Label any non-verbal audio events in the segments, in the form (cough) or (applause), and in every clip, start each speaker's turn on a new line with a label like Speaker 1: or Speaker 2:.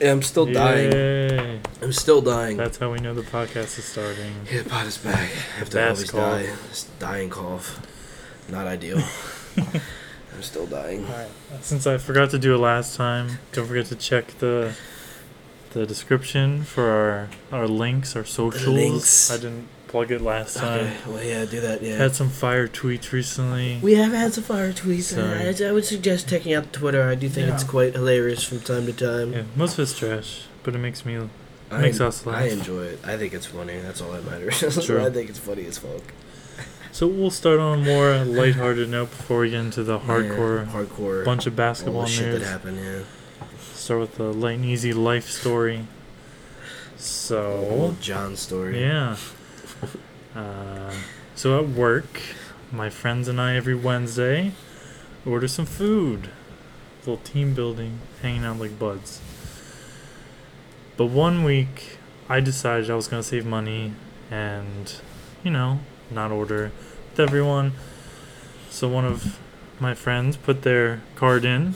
Speaker 1: Yeah, I'm still dying.
Speaker 2: Yay.
Speaker 1: I'm still dying.
Speaker 2: That's how we know the podcast is starting.
Speaker 1: Yeah, pot is back. After I
Speaker 2: Bass
Speaker 1: always
Speaker 2: cough.
Speaker 1: die. This dying cough.
Speaker 2: (laughs)
Speaker 1: Not ideal. I'm still dying.
Speaker 2: Alright. Since I forgot to do it last time, don't forget to check the the description for our our links, our socials.
Speaker 1: links.
Speaker 2: I didn't plug it last time.
Speaker 1: Okay, well, yeah, do that, yeah.
Speaker 2: Had some fire tweets recently.
Speaker 1: we have had some fire tweets.
Speaker 2: So-
Speaker 1: and I, I would suggest checking out Twitter. I do think it's
Speaker 2: Yeah.
Speaker 1: quite hilarious from time to time.
Speaker 2: yeah, most of it's trash, but it makes me
Speaker 1: I,
Speaker 2: makes us
Speaker 1: I
Speaker 2: laugh.
Speaker 1: enjoy it. I think it's funny. That's all that matters. (laughs)
Speaker 2: True.
Speaker 1: I think it's funny as fuck.
Speaker 2: So we'll start on a more lighthearted note before we get into the hardcore
Speaker 1: Yeah, hardcore.
Speaker 2: bunch of
Speaker 1: all
Speaker 2: basketball
Speaker 1: the shit that
Speaker 2: news.
Speaker 1: happened, yeah.
Speaker 2: Start with the light and easy life story. So
Speaker 1: Old John story.
Speaker 2: yeah. Uh, so at work, my friends and I every Wednesday order some food. Little team building, hanging out like buds. But one week, I decided I was gonna save money and, you know, not order with everyone. So one of my friends put their card in,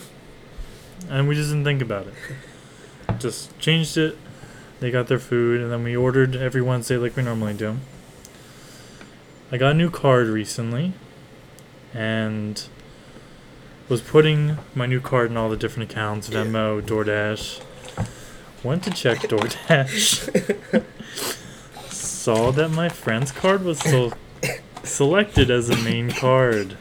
Speaker 2: and we just didn't think about it. Just changed it. They got their food, and then we ordered every Wednesday like we normally do. I got a new card recently, and was putting my new card in all the different accounts Venmo, DoorDash. Went to check DoorDash. Saw that my friend's card was still selected as a main card.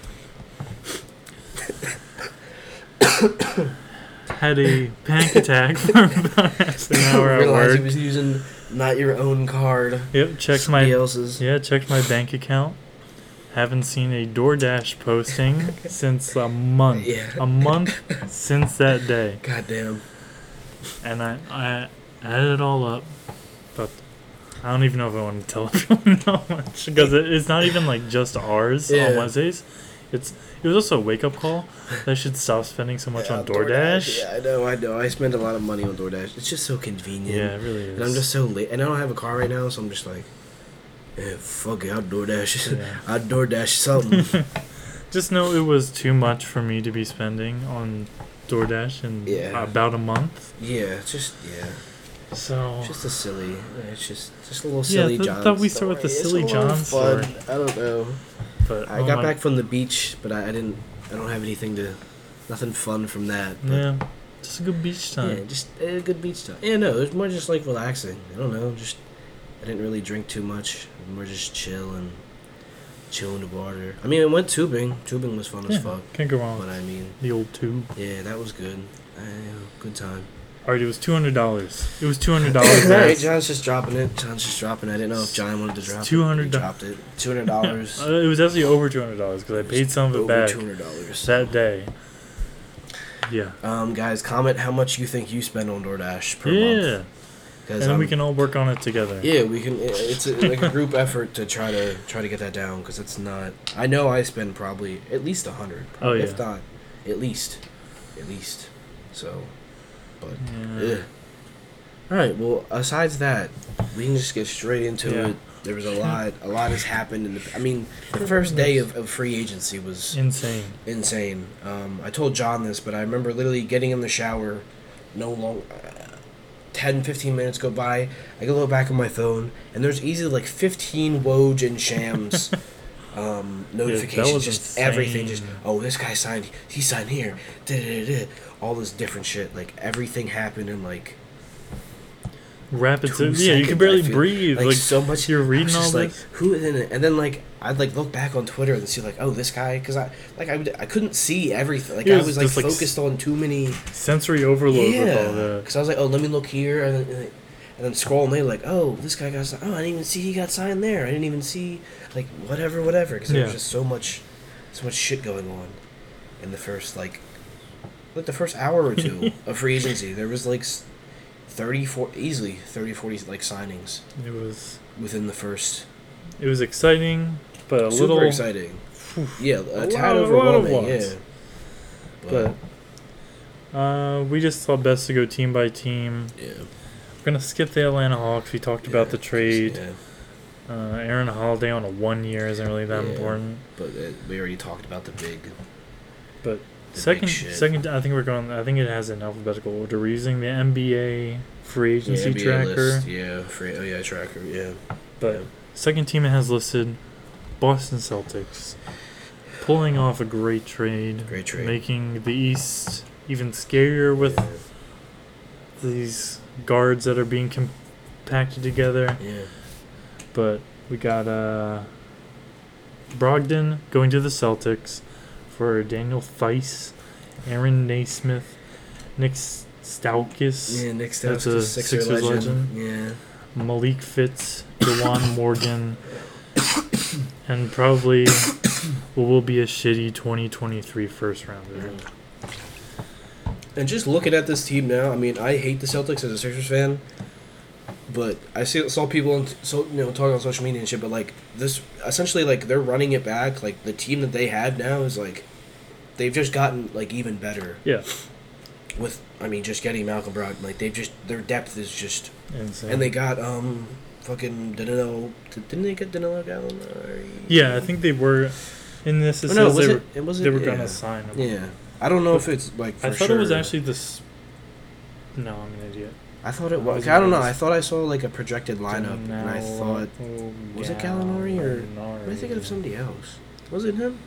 Speaker 2: Had a panic attack for about half an
Speaker 1: (laughs)
Speaker 2: hour at
Speaker 1: Realized
Speaker 2: work.
Speaker 1: he was using not your own card.
Speaker 2: Yep, checked my
Speaker 1: somebody else's.
Speaker 2: yeah, checked my bank account. Haven't seen a DoorDash
Speaker 1: (laughs)
Speaker 2: posting since a month.
Speaker 1: Yeah.
Speaker 2: A month since that day.
Speaker 1: God damn.
Speaker 2: And I, I added it all up, but I don't even know if I want to tell (laughs) everyone how much because it, it's not even like just ours
Speaker 1: Yeah.
Speaker 2: on Wednesdays. It's it was also a wake up call that I should stop spending so much
Speaker 1: Yeah,
Speaker 2: on DoorDash.
Speaker 1: Yeah, I know, I know. I spend a lot of money on DoorDash. It's just so convenient.
Speaker 2: Yeah, it really is.
Speaker 1: And I'm just so late. And I don't have a car right now, so I'm just like, eh, fuck it, I'll (laughs) DoorDash.
Speaker 2: Yeah.
Speaker 1: I'll DoorDash
Speaker 2: (laughs)
Speaker 1: something.
Speaker 2: Just know it was too much for me to be spending on DoorDash in
Speaker 1: Yeah.
Speaker 2: about a month.
Speaker 1: yeah, it's just, yeah.
Speaker 2: So
Speaker 1: It's just a silly, it's just just a little
Speaker 2: Yeah,
Speaker 1: silly
Speaker 2: I thought-
Speaker 1: John.
Speaker 2: thought we started with the
Speaker 1: story. It's
Speaker 2: silly
Speaker 1: a little
Speaker 2: John
Speaker 1: fun. I don't know.
Speaker 2: but
Speaker 1: I
Speaker 2: oh
Speaker 1: got
Speaker 2: my-
Speaker 1: back from the beach, but I, I didn't, I don't have anything to, nothing fun from that. But
Speaker 2: Yeah. Just a good beach time.
Speaker 1: Yeah, just a good beach time. Yeah, no, it was more just like relaxing. I don't know, just I didn't really drink too much. It was More just chill and chill in the water. I mean, I went tubing. Tubing was fun
Speaker 2: Yeah,
Speaker 1: as fuck.
Speaker 2: Can't go wrong.
Speaker 1: But
Speaker 2: with
Speaker 1: I mean,
Speaker 2: The old tube.
Speaker 1: yeah, that was good. I, good time.
Speaker 2: Alright, it was two hundred dollars. It was two (laughs) hundred dollars.
Speaker 1: All (laughs) right, John's just dropping it. John's just dropping it. I didn't know if John wanted to drop it.
Speaker 2: $200.
Speaker 1: He dropped it. Two
Speaker 2: (laughs)
Speaker 1: hundred dollars.
Speaker 2: Uh, it was actually over two hundred dollars because I paid some of it back
Speaker 1: Two hundred dollars.
Speaker 2: that day. Yeah.
Speaker 1: Um, guys, comment how much you think you spend on DoorDash per
Speaker 2: yeah.
Speaker 1: month.
Speaker 2: And
Speaker 1: Because
Speaker 2: then we can all work on it together.
Speaker 1: Yeah, we can. i- It's a,
Speaker 2: (laughs)
Speaker 1: like a group effort to try to try to get that down because it's not. I know I spend probably at least a hundred.
Speaker 2: Oh, yeah.
Speaker 1: If not, at least, at least. So, but
Speaker 2: Yeah.
Speaker 1: yeah. All right. Well, asides that, we can just get straight into
Speaker 2: Yeah.
Speaker 1: it. There was a lot. A lot has happened. In the, I mean,
Speaker 2: (laughs)
Speaker 1: the first day of, of free agency was
Speaker 2: Insane.
Speaker 1: insane. Um, I told John this, but I remember literally getting in the shower, no long, uh, 10, 15 minutes go by. I go look back on my phone, and there's easily like 15 Woj
Speaker 2: (laughs)
Speaker 1: and Shams um, notifications.
Speaker 2: was
Speaker 1: just everything. Just,
Speaker 2: insane.
Speaker 1: oh, this guy signed, he signed here, da da da. All this different shit. Like, everything happened in like
Speaker 2: Rapid
Speaker 1: two
Speaker 2: so- Yeah, you
Speaker 1: seconds,
Speaker 2: can barely
Speaker 1: I feel.
Speaker 2: breathe.
Speaker 1: Like,
Speaker 2: Like,
Speaker 1: so much.
Speaker 2: You're
Speaker 1: I was
Speaker 2: reading all
Speaker 1: just like,
Speaker 2: this.
Speaker 1: Who and then, and then like I'd like look back on Twitter and see like oh this guy because I like I, would- I couldn't see everything like
Speaker 2: It
Speaker 1: I
Speaker 2: was
Speaker 1: was like
Speaker 2: just, like,
Speaker 1: focused on too many
Speaker 2: Sensory overload with all
Speaker 1: yeah
Speaker 2: that.
Speaker 1: because I was like oh let me look here and then, and then- and then scroll and they like oh this guy got signed oh I didn't even see he got signed there I didn't even see like whatever whatever because there was
Speaker 2: Yeah.
Speaker 1: just so much so much shit going on in the first like like the first hour
Speaker 2: (laughs)
Speaker 1: or two of free agency there was like s- 30 40, easily 30 40 like signings
Speaker 2: It was
Speaker 1: within the first.
Speaker 2: it was exciting, but a
Speaker 1: Super
Speaker 2: little
Speaker 1: exciting. Yeah, a,
Speaker 2: A lot of-
Speaker 1: tad
Speaker 2: lot of
Speaker 1: overwhelming.
Speaker 2: ones.
Speaker 1: Yeah,
Speaker 2: But uh, we just thought best to go team by team.
Speaker 1: yeah,
Speaker 2: We're gonna skip the Atlanta Hawks. We talked about
Speaker 1: yeah,
Speaker 2: the trade.
Speaker 1: Yeah,
Speaker 2: Uh, Aaron Holiday on a one year isn't really that
Speaker 1: Yeah.
Speaker 2: important,
Speaker 1: but uh, we already talked about the big
Speaker 2: but Second,
Speaker 1: shit.
Speaker 2: second. I think we're going. I think it has an alphabetical order. We're using the NBA free
Speaker 1: Yeah,
Speaker 2: agency
Speaker 1: NBA
Speaker 2: tracker.
Speaker 1: list, yeah, free, oh yeah, tracker, yeah.
Speaker 2: But
Speaker 1: Yeah.
Speaker 2: second team it has listed, Boston Celtics, pulling off a great trade,
Speaker 1: Great trade.
Speaker 2: making the East even scarier with these guards that are being compacted together.
Speaker 1: yeah. yeah.
Speaker 2: But we got uh, Brogdon going to the Celtics for Daniel Theis, Aaron Naismith, Nick Staukis,
Speaker 1: Yeah, next
Speaker 2: That's
Speaker 1: That's
Speaker 2: a
Speaker 1: a Sixer,
Speaker 2: Sixers
Speaker 1: legend. Yeah.
Speaker 2: Malik Fitz, Jawan Morgan, and probably what will be a shitty 2023 first rounder.
Speaker 1: And just looking at this team now, I mean, I hate the Celtics as a Sixers fan, but I see, saw people on, so you know talking on social media and shit. But like this, essentially, like they're running it back. Like the team that they had now is like they've just gotten like even better
Speaker 2: Yeah,
Speaker 1: with. I mean, just getting Malcolm Brogdon. Like they've just their depth is just.
Speaker 2: insane.
Speaker 1: And they got um fucking Danilo. Didn't they get Danilo Gallinari?
Speaker 2: yeah, I think they were in this. It
Speaker 1: Oh, no,
Speaker 2: says
Speaker 1: was
Speaker 2: they
Speaker 1: it?
Speaker 2: were,
Speaker 1: It wasn't.
Speaker 2: they were
Speaker 1: yeah.
Speaker 2: gonna sign him.
Speaker 1: Yeah, I don't know if it's like. For
Speaker 2: I thought
Speaker 1: sure.
Speaker 2: it was actually this. No, I'm an idiot.
Speaker 1: I thought it
Speaker 2: What
Speaker 1: was.
Speaker 2: was
Speaker 1: I don't
Speaker 2: it?
Speaker 1: know. I thought I saw like a projected lineup, and I thought, was it Gallinari or- what am I thinking of somebody else? Was it him?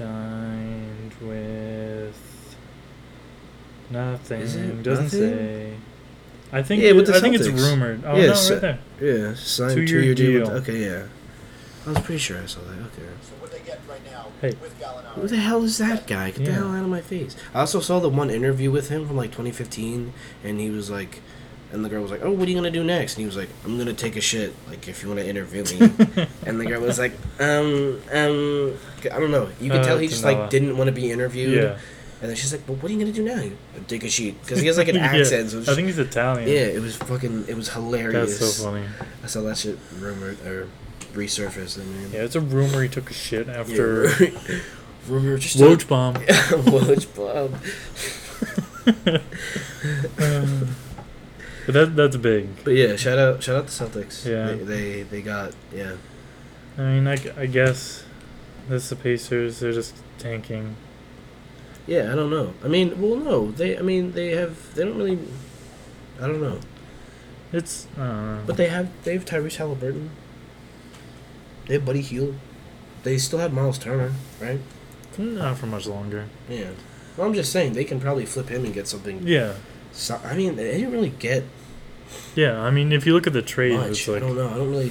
Speaker 2: signed with nothing.
Speaker 1: Is it
Speaker 2: Doesn't
Speaker 1: nothing?
Speaker 2: say. I think.
Speaker 1: Yeah,
Speaker 2: it-
Speaker 1: with the
Speaker 2: I think it's
Speaker 1: Celtics.
Speaker 2: rumored. Oh
Speaker 1: Yeah,
Speaker 2: no,
Speaker 1: so-
Speaker 2: right there.
Speaker 1: Yeah, signed
Speaker 2: Two-year
Speaker 1: two-year deal.
Speaker 2: deal.
Speaker 1: With, okay, yeah. I was pretty sure I saw that. Okay.
Speaker 3: So what they get right now
Speaker 2: Hey.
Speaker 3: with
Speaker 1: Who
Speaker 3: Gallinari.
Speaker 1: the hell is that guy? Get the
Speaker 2: Yeah.
Speaker 1: hell out of my face! I also saw the one interview with him from like 2015, and he was like, and the girl was like, "Oh, what are you gonna do next?" And he was like, "I'm gonna take a shit. Like, if you want to interview
Speaker 2: (laughs)
Speaker 1: me." (laughs) and the girl was like, "Um, um, I don't know. You could
Speaker 2: Uh,
Speaker 1: tell he just
Speaker 2: Danilo.
Speaker 1: like didn't want to be interviewed."
Speaker 2: Yeah,
Speaker 1: And then she's like, "Well, what are you gonna do now? Take a sheet?" Because he has like
Speaker 2: (laughs)
Speaker 1: an
Speaker 2: Yeah,
Speaker 1: accent. So it's
Speaker 2: I think he's Italian.
Speaker 1: yeah, it was fucking. It was hilarious.
Speaker 2: that's so funny.
Speaker 1: I saw that shit rumored or resurfaced. I mean,
Speaker 2: Yeah, it's a rumor he took a shit
Speaker 1: (laughs)
Speaker 2: after
Speaker 1: rumor just.
Speaker 2: Woj bomb. (laughs)
Speaker 1: (laughs) Woj Bob.
Speaker 2: Uh, but that that's big.
Speaker 1: But yeah, shout out, shout out the Celtics.
Speaker 2: Yeah.
Speaker 1: they they, they got yeah.
Speaker 2: I mean, I, g- I guess this the Pacers. They're just tanking.
Speaker 1: Yeah, I don't know. I mean, well, no, they. I mean, they have. They don't really. I don't know,
Speaker 2: It's I don't know.
Speaker 1: but they have. They have Tyrese Halliburton. They have Buddy Hield. They still have Miles Turner, right?
Speaker 2: not for much longer.
Speaker 1: Yeah. Well, I'm just saying they can probably flip him and get something.
Speaker 2: Yeah,
Speaker 1: So, I mean, they didn't really get
Speaker 2: yeah. I mean, if you look at the trade,
Speaker 1: much.
Speaker 2: it's like
Speaker 1: I don't know. I don't really.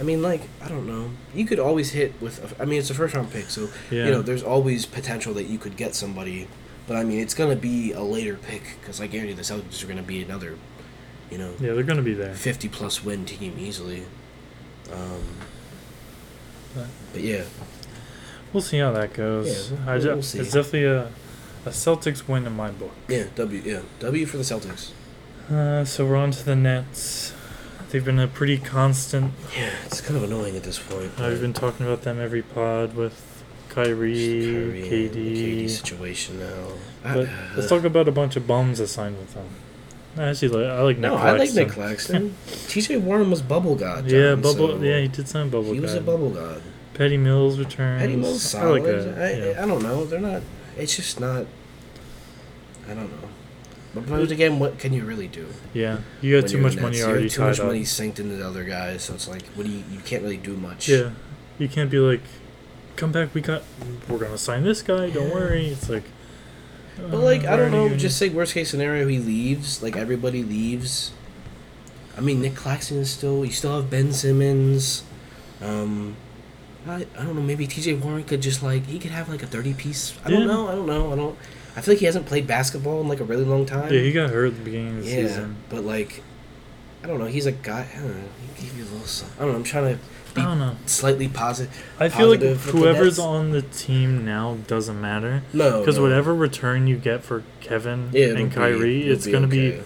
Speaker 1: I mean, like, I don't know. You could always hit with. A, I mean, it's a first round pick, so
Speaker 2: yeah.
Speaker 1: you know, there's always potential that you could get somebody. But I mean, it's gonna be a later pick because I guarantee the Celtics are gonna be another, you know,
Speaker 2: Yeah, they're gonna be there.
Speaker 1: fifty plus win team easily. Um,
Speaker 2: Right.
Speaker 1: but yeah,
Speaker 2: We'll see how that goes.
Speaker 1: Yeah, we'll-
Speaker 2: I
Speaker 1: we'll-
Speaker 2: ju-
Speaker 1: we'll see.
Speaker 2: It's definitely a, a Celtics win in my book.
Speaker 1: yeah, W, yeah, W for the Celtics.
Speaker 2: Uh, so we're on to the Nets. They've been a pretty constant.
Speaker 1: Yeah, it's kind of annoying at this point.
Speaker 2: I've been talking about them every pod with Kyrie,
Speaker 1: KD, KD
Speaker 2: KD.
Speaker 1: situation now. uh,
Speaker 2: But let's talk about a bunch of bums that signed with them. I actually like, I like Nick
Speaker 1: No, I like
Speaker 2: Claxton. (laughs)
Speaker 1: Nick Claxton. TJ Warren was bubble god.
Speaker 2: yeah,
Speaker 1: John,
Speaker 2: bubble.
Speaker 1: so
Speaker 2: yeah, he did sign bubble.
Speaker 1: he was
Speaker 2: guy.
Speaker 1: a bubble god.
Speaker 2: Petty Mills returns.
Speaker 1: Eddie Mills
Speaker 2: I like
Speaker 1: solid. I,
Speaker 2: that. yeah.
Speaker 1: I, don't know. They're not. It's just not. I don't know. But, but again, what can you really do?
Speaker 2: yeah, you got
Speaker 1: when
Speaker 2: too
Speaker 1: you're
Speaker 2: much
Speaker 1: the
Speaker 2: money
Speaker 1: Nets?
Speaker 2: already
Speaker 1: You have too
Speaker 2: tied
Speaker 1: much
Speaker 2: up.
Speaker 1: money synced into the other guys, so it's like, what do you? You can't really do much.
Speaker 2: Yeah, you can't be like, come back. We got. We're gonna sign this guy. Don't
Speaker 1: Yeah.
Speaker 2: worry. It's like.
Speaker 1: But like,
Speaker 2: uh,
Speaker 1: I don't
Speaker 2: where are
Speaker 1: know.
Speaker 2: you-
Speaker 1: Just say worst case scenario, he leaves. Like everybody leaves. I mean, Nick Claxton is still. You still have Ben Simmons. Um, I I don't know. Maybe T.J. Warren could just like he could have like a thirty piece. I
Speaker 2: Yeah.
Speaker 1: don't know. I don't know. I don't. I feel like he hasn't played basketball in like a really long time.
Speaker 2: Yeah, he got hurt at the beginning of the
Speaker 1: Yeah,
Speaker 2: season.
Speaker 1: but like, I don't know. He's a guy. I don't know. He gave you a little. Something. I don't know. I'm trying to
Speaker 2: I don't know.
Speaker 1: slightly positive.
Speaker 2: I feel like
Speaker 1: Positive with the
Speaker 2: whoever's
Speaker 1: Nets.
Speaker 2: on the team now doesn't matter
Speaker 1: No,
Speaker 2: because
Speaker 1: no.
Speaker 2: whatever return you get for Kevin
Speaker 1: Yeah, it'll
Speaker 2: and
Speaker 1: be-
Speaker 2: Kyrie,
Speaker 1: it'll
Speaker 2: it's gonna
Speaker 1: okay.
Speaker 2: be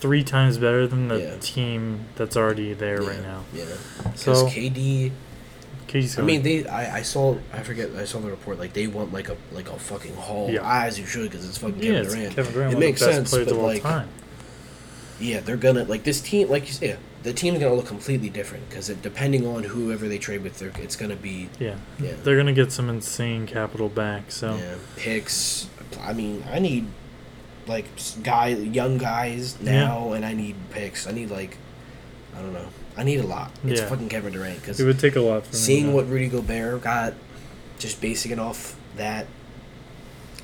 Speaker 2: three times better than the
Speaker 1: Yeah.
Speaker 2: team that's already there
Speaker 1: yeah,
Speaker 2: right now.
Speaker 1: Yeah, because
Speaker 2: So
Speaker 1: KD.
Speaker 2: Katie's
Speaker 1: I
Speaker 2: going.
Speaker 1: mean, they. I, I saw. I forget. I saw the report. Like they want like a like a fucking haul.
Speaker 2: Yeah.
Speaker 1: As you should, because it's fucking
Speaker 2: yeah,
Speaker 1: Kevin
Speaker 2: it's
Speaker 1: Durant.
Speaker 2: Kevin Durant,
Speaker 1: It
Speaker 2: one of
Speaker 1: makes
Speaker 2: the best
Speaker 1: sense,
Speaker 2: players
Speaker 1: but,
Speaker 2: of all
Speaker 1: like,
Speaker 2: time.
Speaker 1: Yeah, they're gonna like this team. Like you said, yeah, the team's gonna look completely different because depending on whoever they trade with, they're- it's gonna be
Speaker 2: Yeah.
Speaker 1: Yeah.
Speaker 2: They're gonna get some insane capital back. So
Speaker 1: yeah, picks. I mean, I need like s- guy, young guys
Speaker 2: Yeah.
Speaker 1: now, and I need picks. I need like, I don't know. I need a lot. It's
Speaker 2: Yeah.
Speaker 1: fucking Kevin Durant because
Speaker 2: it would take a lot for me.
Speaker 1: seeing
Speaker 2: to-
Speaker 1: what Rudy Gobert got, just basing it off that.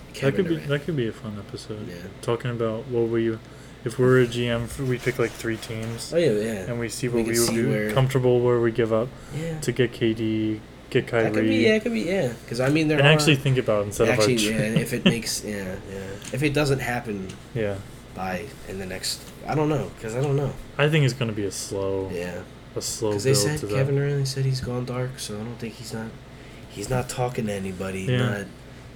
Speaker 2: that
Speaker 1: Kevin
Speaker 2: could be
Speaker 1: Durant.
Speaker 2: that could be a fun episode.
Speaker 1: Yeah.
Speaker 2: Talking about what we if we were a GM, f- we pick like three teams
Speaker 1: Oh yeah, yeah,
Speaker 2: and we see
Speaker 1: We
Speaker 2: what
Speaker 1: could
Speaker 2: we, would
Speaker 1: see
Speaker 2: be
Speaker 1: where-
Speaker 2: comfortable where we give up
Speaker 1: yeah.
Speaker 2: to get KD, get Kyrie,
Speaker 1: That could be yeah, it could be yeah. Because I mean, there
Speaker 2: and
Speaker 1: are
Speaker 2: actually think about it instead
Speaker 1: actually
Speaker 2: of our
Speaker 1: yeah. and
Speaker 2: (laughs)
Speaker 1: If it makes yeah, yeah. If it doesn't happen
Speaker 2: yeah.
Speaker 1: by in the next, I don't know because I don't know.
Speaker 2: I think it's gonna be a slow
Speaker 1: Yeah.
Speaker 2: a slow build
Speaker 1: Because they said
Speaker 2: to
Speaker 1: Kevin
Speaker 2: that.
Speaker 1: Durant said he's gone dark, so I don't think he's not. He's not talking to anybody.
Speaker 2: Yeah.
Speaker 1: Not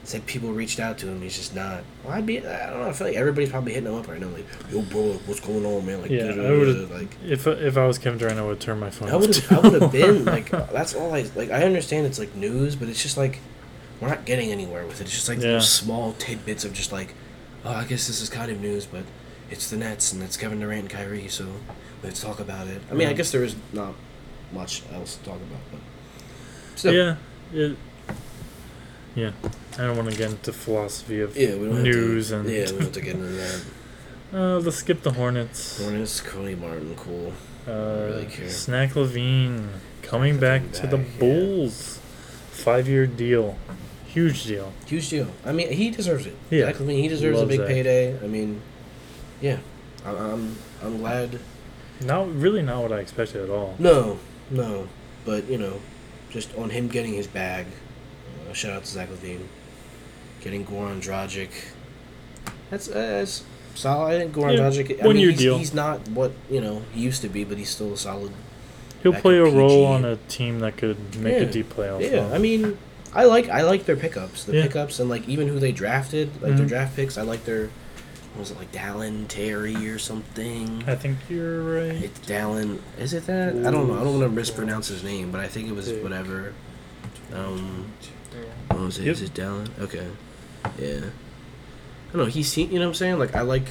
Speaker 1: said people reached out to him. He's just not. Well, I'd be. I don't know. I feel like everybody's probably hitting him up right now. Like, yo, bro, what's going on, man? Like,
Speaker 2: Yeah, I
Speaker 1: duh,
Speaker 2: would've-
Speaker 1: like.
Speaker 2: If if I was Kevin Durant, I would turn my phone.
Speaker 1: I
Speaker 2: off,
Speaker 1: would
Speaker 2: too.
Speaker 1: have. I would have
Speaker 2: (laughs)
Speaker 1: been like. That's all I like. I understand it's like news, but it's just like we're not getting anywhere with it. It's just like
Speaker 2: Yeah.
Speaker 1: those small tidbits of just like, oh, I guess this is kind of news, but it's the Nets and it's Kevin Durant and Kyrie, so let's talk about it. I mean, I
Speaker 2: Mhm.
Speaker 1: guess there is not much else to talk about, but still, yeah,
Speaker 2: yeah, it, yeah. I don't want to get into philosophy of
Speaker 1: yeah, we don't
Speaker 2: news
Speaker 1: have
Speaker 2: and
Speaker 1: to, yeah, we don't
Speaker 2: (laughs)
Speaker 1: have to get into that.
Speaker 2: uh, let's skip the Hornets.
Speaker 1: Hornets, Cody Martin, cool.
Speaker 2: Uh,
Speaker 1: really care.
Speaker 2: Snack Levine coming back
Speaker 1: Snack Levine
Speaker 2: to the
Speaker 1: back, yeah.
Speaker 2: Bulls, five-year deal, huge deal.
Speaker 1: Huge deal. I mean, he deserves it.
Speaker 2: Yeah.
Speaker 1: Yeah, I mean, he deserves a
Speaker 2: Loves
Speaker 1: big
Speaker 2: that.
Speaker 1: payday. I mean, yeah, I, I'm I'm glad.
Speaker 2: Not really, not what I expected at all.
Speaker 1: No, no. But, you know, just on him getting his bag. Uh, shout out to Zach Levine. Getting Goran Dragic. That's, uh, that's solid. I think Goran
Speaker 2: Yeah,
Speaker 1: Dragic. I
Speaker 2: one
Speaker 1: mean,
Speaker 2: year
Speaker 1: he's,
Speaker 2: deal.
Speaker 1: he's not what, you know, he used to be, but he's still a solid.
Speaker 2: He'll
Speaker 1: Back
Speaker 2: play a
Speaker 1: at PG.
Speaker 2: role on a team that could make a
Speaker 1: Yeah.
Speaker 2: deep playoff.
Speaker 1: Yeah,
Speaker 2: run.
Speaker 1: I mean, I like I like their pickups. The
Speaker 2: Yeah.
Speaker 1: pickups and, like, even who they drafted, like their
Speaker 2: Mhm.
Speaker 1: draft picks. I like their, what was it, like Dallin Terry or something?
Speaker 2: I think you're right.
Speaker 1: It's Dallin. Is it that? I don't know. I don't want to
Speaker 2: Ooh.
Speaker 1: mispronounce his name, but I think it was
Speaker 2: Yeah.
Speaker 1: whatever. Um, what was it? Is
Speaker 2: Yep.
Speaker 1: it Dallin? Okay. Yeah. I don't know. He seen. You know what I'm saying? Like I like.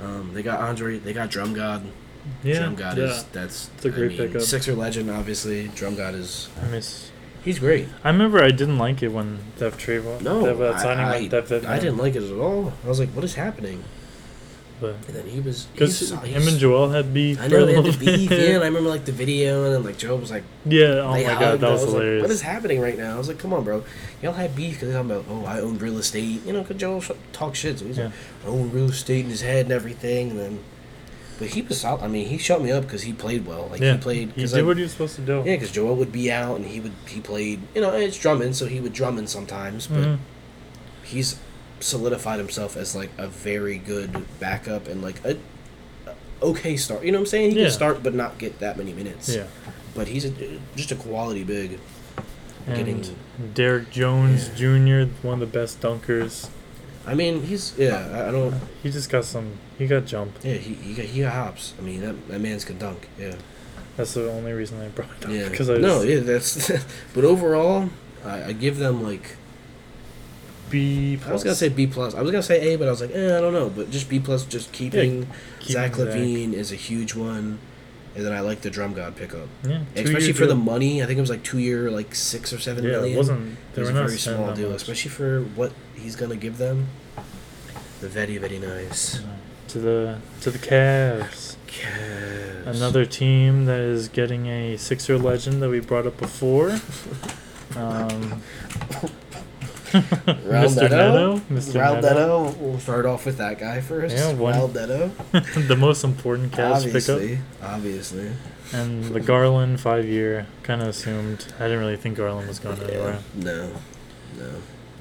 Speaker 1: Um, they got Andre. They got Drum God.
Speaker 2: Yeah,
Speaker 1: Drum God
Speaker 2: yeah.
Speaker 1: is that's.
Speaker 2: It's a great
Speaker 1: I mean,
Speaker 2: pickup.
Speaker 1: Sixer legend, obviously. Drum God is.
Speaker 2: I miss.
Speaker 1: He's great.
Speaker 2: I remember I didn't like it when Dev Trayvon.
Speaker 1: No,
Speaker 2: Dev, uh, signing
Speaker 1: I, I,
Speaker 2: with Dev, Dev,
Speaker 1: I didn't like it at all. I was like, what is happening?
Speaker 2: But
Speaker 1: And then he was.
Speaker 2: because
Speaker 1: he's-
Speaker 2: him
Speaker 1: he's-
Speaker 2: and Joel had beef.
Speaker 1: I
Speaker 2: for a
Speaker 1: know they had
Speaker 2: little
Speaker 1: to beef, yeah,
Speaker 2: bit. (laughs)
Speaker 1: and I remember like the video, and then like Joe was like.
Speaker 2: Yeah, oh
Speaker 1: They
Speaker 2: my god,
Speaker 1: hugged.
Speaker 2: that
Speaker 1: I
Speaker 2: was
Speaker 1: like,
Speaker 2: hilarious.
Speaker 1: what is happening right now? I was like, come on, bro. Y'all had beef because talking about, oh, I own real estate. You know, because Joel sh- talk shit. So he's like, I own real estate in his head and everything. And then, but he was solid. I mean, he shut me up because he played well. Like
Speaker 2: yeah,
Speaker 1: he played.
Speaker 2: He
Speaker 1: Cause
Speaker 2: did
Speaker 1: like,
Speaker 2: what he was supposed to do.
Speaker 1: yeah, because Joel would be out and he would he played. You know, it's Drummond, so he would Drummond sometimes, but
Speaker 2: Mhm.
Speaker 1: he's solidified himself as like a very good backup and like a. a Okay, start. You know what I'm saying? He
Speaker 2: Yeah.
Speaker 1: can start, but not get that many minutes.
Speaker 2: Yeah,
Speaker 1: But he's a, just a quality big.
Speaker 2: and
Speaker 1: Getting-
Speaker 2: Derek Jones Jr., one of the best dunkers.
Speaker 1: I mean, he's yeah. I- I don't.
Speaker 2: He just got some. He got jumped.
Speaker 1: Yeah, he he got, he got hops. I mean, that, that man's can dunk. Yeah,
Speaker 2: That's the only reason I brought it up.
Speaker 1: yeah.
Speaker 2: Because I was
Speaker 1: no, yeah, that's. (laughs) but overall, I, I give them like
Speaker 2: B. Plus.
Speaker 1: I was gonna say B plus. I was gonna say A, but I was like, eh, I don't know. But just B plus, just keeping
Speaker 2: keeping
Speaker 1: Zach
Speaker 2: Zach.
Speaker 1: Levine is a huge one, and then I like the drum god pickup,
Speaker 2: Yeah, two
Speaker 1: especially
Speaker 2: year
Speaker 1: for the
Speaker 2: deal.
Speaker 1: money. I think it was like two year, like six or seven
Speaker 2: Yeah,
Speaker 1: million.
Speaker 2: it wasn't.
Speaker 1: It
Speaker 2: They
Speaker 1: was
Speaker 2: were
Speaker 1: a
Speaker 2: not
Speaker 1: very
Speaker 2: spending
Speaker 1: small
Speaker 2: that
Speaker 1: deal,
Speaker 2: much.
Speaker 1: especially for what he's gonna give them. The very very nice.
Speaker 2: to the to the Cavs.
Speaker 1: Yes.
Speaker 2: Another team that is getting a Sixer legend that we brought up
Speaker 1: (laughs)
Speaker 2: before. Um, (laughs)
Speaker 1: Round
Speaker 2: Mr.
Speaker 1: that
Speaker 2: Neto.
Speaker 1: out.
Speaker 2: Mr.
Speaker 1: Raul
Speaker 2: Neto.
Speaker 1: Neto. We'll start off with that guy first.
Speaker 2: Yeah, one-
Speaker 1: Raul Neto.
Speaker 2: (laughs) the most important Cavs pickup.
Speaker 1: Obviously. Obviously.
Speaker 2: And the Garland five year, kind of assumed. I didn't really think Garland was going
Speaker 1: Yeah.
Speaker 2: anywhere.
Speaker 1: No. No.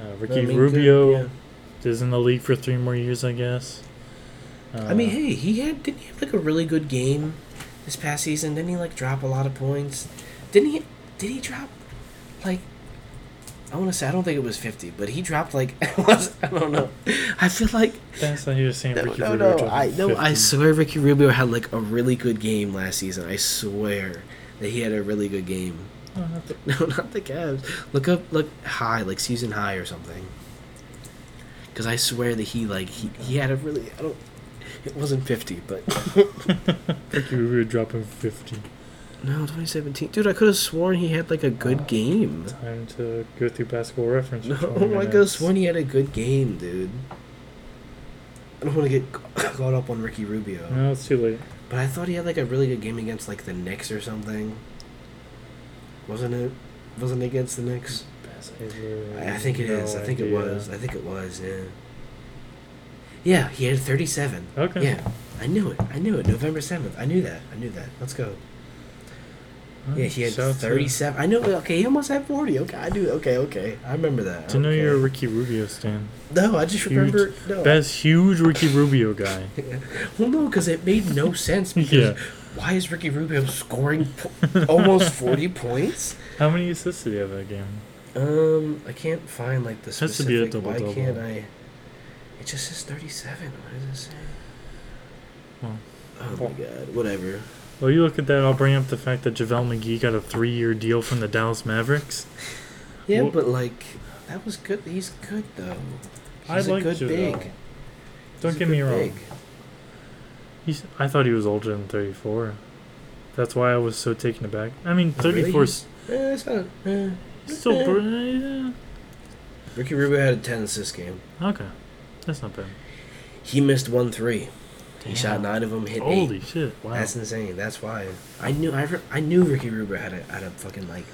Speaker 2: Uh,
Speaker 1: I
Speaker 2: Ricky
Speaker 1: mean, good,
Speaker 2: Rubio
Speaker 1: yeah.
Speaker 2: is in the league for three more years, I guess. Uh,
Speaker 1: I mean, hey, he had didn't he have like a really good game this past season? Didn't he like drop a lot of points? Didn't he? Did he drop like? I want to say I don't think it was fifty, but he dropped like (laughs) I don't know. I feel like
Speaker 2: that's not you were saying.
Speaker 1: No,
Speaker 2: Ricky
Speaker 1: no,
Speaker 2: Rubio
Speaker 1: no.
Speaker 2: dropped
Speaker 1: I no. I
Speaker 2: 50. (laughs)
Speaker 1: swear, Ricky Rubio had like a really good game last season. I swear that he had a really good game. (laughs)
Speaker 2: Oh, not the-
Speaker 1: No, not the Cavs. Look up, look high, like season high or something. Because I swear that he like he, he had a really I don't. It wasn't 50,
Speaker 2: (laughs)
Speaker 1: but.
Speaker 2: Like we were dropping 50.
Speaker 1: No, 2017. Dude, I could have sworn he had like a good game.
Speaker 2: Time to go through basketball reference. for 20
Speaker 1: No, (laughs) I could have
Speaker 2: minutes.
Speaker 1: sworn he had a good game, dude. I don't want to get ca- caught up on Ricky Rubio.
Speaker 2: No, it's too late.
Speaker 1: But I thought he had like a really good game against like the Knicks or something. Wasn't it? Wasn't it against the Knicks? I, I think it is. I think it was. I think it was. Yeah. Yeah, he had 37.
Speaker 2: Okay.
Speaker 1: Yeah, I knew it. I knew it. November 7th. I knew that. I knew that. Let's go. Yeah, he had
Speaker 2: Shout out to-
Speaker 1: 37. I know. Okay, he almost had 40. Okay, I do. Okay, okay. I remember that.
Speaker 2: To know
Speaker 1: okay. Oh.
Speaker 2: you're a Ricky Rubio stan.
Speaker 1: No, I just
Speaker 2: huge-
Speaker 1: remember. No.
Speaker 2: Best huge Ricky Rubio guy.
Speaker 1: (laughs) Well, no, because it made no sense.
Speaker 2: (laughs)
Speaker 1: Because
Speaker 2: Yeah.
Speaker 1: Why is Ricky Rubio scoring po- almost (laughs) 40 points?
Speaker 2: How many assists did he have that game?
Speaker 1: Um, I can't find like the
Speaker 2: Has to be a
Speaker 1: specific. Why
Speaker 2: double-double.
Speaker 1: can't I? It just says 37. What does it say?
Speaker 2: Well.
Speaker 1: Oh my god. Whatever.
Speaker 2: Well, you look at that. I'll bring up the fact that JaVale McGee got a three-year deal from the Dallas Mavericks.
Speaker 1: Yeah,
Speaker 2: Well-
Speaker 1: but like that was good. He's good though.
Speaker 2: I
Speaker 1: He's a
Speaker 2: like
Speaker 1: good
Speaker 2: JaVale.
Speaker 1: big.
Speaker 2: Don't
Speaker 1: He's a
Speaker 2: get me
Speaker 1: good
Speaker 2: wrong.
Speaker 1: big.
Speaker 2: He's, I thought he was older than 34. That's why I was so taken aback. I mean,
Speaker 1: Oh, really?
Speaker 2: 34 is
Speaker 1: Eh, it's not. eh.
Speaker 2: still. br- yeah.
Speaker 1: Ricky Rubio had a 10 assist game.
Speaker 2: Okay. That's not bad.
Speaker 1: He missed one three. He
Speaker 2: Damn.
Speaker 1: shot nine of them, hit eight.
Speaker 2: Holy shit. Wow.
Speaker 1: That's insane. That's why I knew I, re- I knew Ricky Rubio had a had a fucking like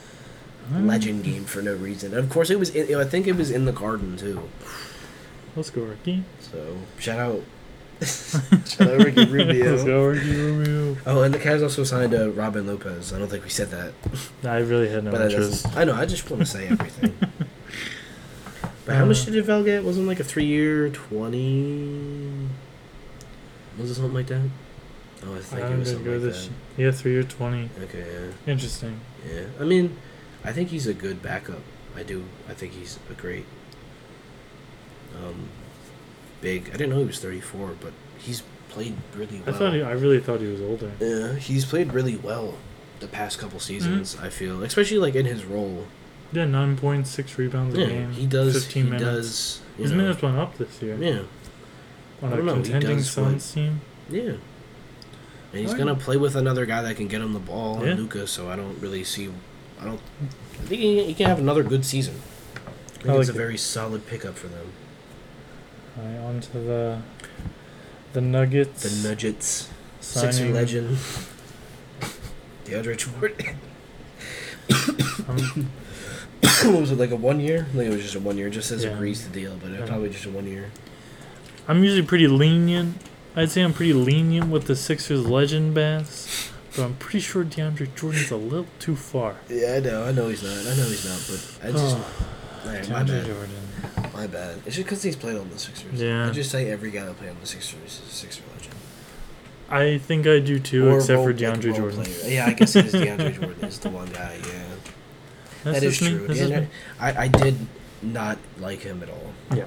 Speaker 2: Alright.
Speaker 1: legend game for no reason. And of course, it was. In, I think it was in the Garden too.
Speaker 2: Let's go, Ricky.
Speaker 1: So shout out, (laughs) shout out Ricky
Speaker 2: Let's
Speaker 1: Rubio.
Speaker 2: go, Ricky Rubio.
Speaker 1: Oh, and the Cavs also signed uh, Robin Lopez. I don't think we said that,
Speaker 2: I really had no
Speaker 1: but I,
Speaker 2: interest.
Speaker 1: just, I know. I just want to say
Speaker 2: (laughs)
Speaker 1: everything. but how much
Speaker 2: Uh,
Speaker 1: did Devel get? Wasn't it like a three-year twenty? Was it something like that? Oh, I
Speaker 2: I
Speaker 1: think it
Speaker 2: don't think
Speaker 1: was something
Speaker 2: go
Speaker 1: like
Speaker 2: this.
Speaker 1: that.
Speaker 2: Yeah, 3 or 20.
Speaker 1: Okay. Yeah.
Speaker 2: Interesting.
Speaker 1: Yeah, I mean, I think he's a good backup. I do. I think he's a great, um, big. I didn't know he was thirty four, but he's played really
Speaker 2: I
Speaker 1: well.
Speaker 2: thought he, I really thought he was older.
Speaker 1: yeah, he's played really well the past couple
Speaker 2: Mm-hmm.
Speaker 1: seasons. I feel, especially like in his role.
Speaker 2: Yeah, 9.6 rebounds a
Speaker 1: Yeah,
Speaker 2: game.
Speaker 1: he does.
Speaker 2: 15
Speaker 1: he
Speaker 2: minutes.
Speaker 1: does. You
Speaker 2: His
Speaker 1: know,
Speaker 2: minutes went up this year.
Speaker 1: yeah,
Speaker 2: On
Speaker 1: I
Speaker 2: a
Speaker 1: don't know, he
Speaker 2: contending
Speaker 1: does what-
Speaker 2: Suns team.
Speaker 1: yeah. And he's
Speaker 2: Alright.
Speaker 1: gonna play with another guy that can get him the ball,
Speaker 2: Yeah.
Speaker 1: and Luca. So I don't really see. I don't. I think he, he can have another good season. I think
Speaker 2: I
Speaker 1: it's a
Speaker 2: like it.
Speaker 1: very solid pickup for them.
Speaker 2: Alright, on to the the Nuggets.
Speaker 1: The Nudgets. Sixer
Speaker 2: signing.
Speaker 1: legend. DeAndre Jordan. (laughs)
Speaker 2: Um,
Speaker 1: what was it, like a one year? I think it was just a one year. It just says
Speaker 2: Yeah.
Speaker 1: agrees to deal, but
Speaker 2: Yeah.
Speaker 1: it probably just a one year.
Speaker 2: I'm usually pretty lenient. I'd say I'm pretty lenient with the Sixers legend baths, but I'm pretty sure DeAndre Jordan's a little too far.
Speaker 1: Yeah, I know. I know he's not. I know he's not, but I just.
Speaker 2: Oh,
Speaker 1: Alright, my
Speaker 2: DeAndre
Speaker 1: bad.
Speaker 2: Jordan.
Speaker 1: My bad. It's just because he's played on the Sixers.
Speaker 2: Yeah.
Speaker 1: I just say every guy that played on the Sixers is a Sixer legend.
Speaker 2: I think I do too,
Speaker 1: Or
Speaker 2: except
Speaker 1: role-
Speaker 2: for
Speaker 1: like,
Speaker 2: DeAndre
Speaker 1: role
Speaker 2: Jordan.
Speaker 1: player. Yeah, I guess it
Speaker 2: (laughs)
Speaker 1: is DeAndre Jordan is the one guy, yeah.
Speaker 2: That's
Speaker 1: that is
Speaker 2: just me.
Speaker 1: true.
Speaker 2: That's just
Speaker 1: DeAndre,
Speaker 2: me.
Speaker 1: I, I did not like him at all.
Speaker 2: Yeah.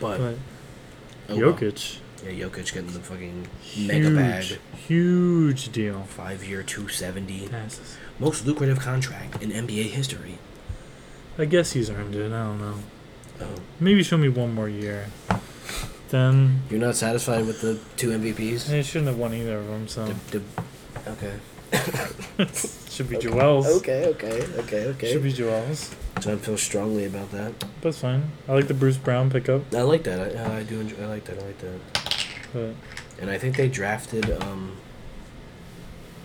Speaker 1: But,
Speaker 2: But
Speaker 1: oh well.
Speaker 2: Jokic,
Speaker 1: Yeah, Jokic getting the fucking mega
Speaker 2: huge,
Speaker 1: bag.
Speaker 2: huge deal.
Speaker 1: Five year, 270.
Speaker 2: Passes.
Speaker 1: Most lucrative contract in NBA history.
Speaker 2: I guess he's earned it. I don't know.
Speaker 1: Oh.
Speaker 2: Maybe show me one more year. Then
Speaker 1: You're not satisfied with the two MVPs?
Speaker 2: they shouldn't have won either of them, so
Speaker 1: The- the-
Speaker 2: (laughs)
Speaker 1: okay.
Speaker 2: should be Joel's.
Speaker 1: Okay, okay, okay,
Speaker 2: Should
Speaker 1: okay.
Speaker 2: be Joel's.
Speaker 1: So I feel strongly about that.
Speaker 2: That's fine. I like the Bruce Brown pickup,
Speaker 1: I like that. I, I do enjoy I like that. I like that.
Speaker 2: but
Speaker 1: And I think they drafted. um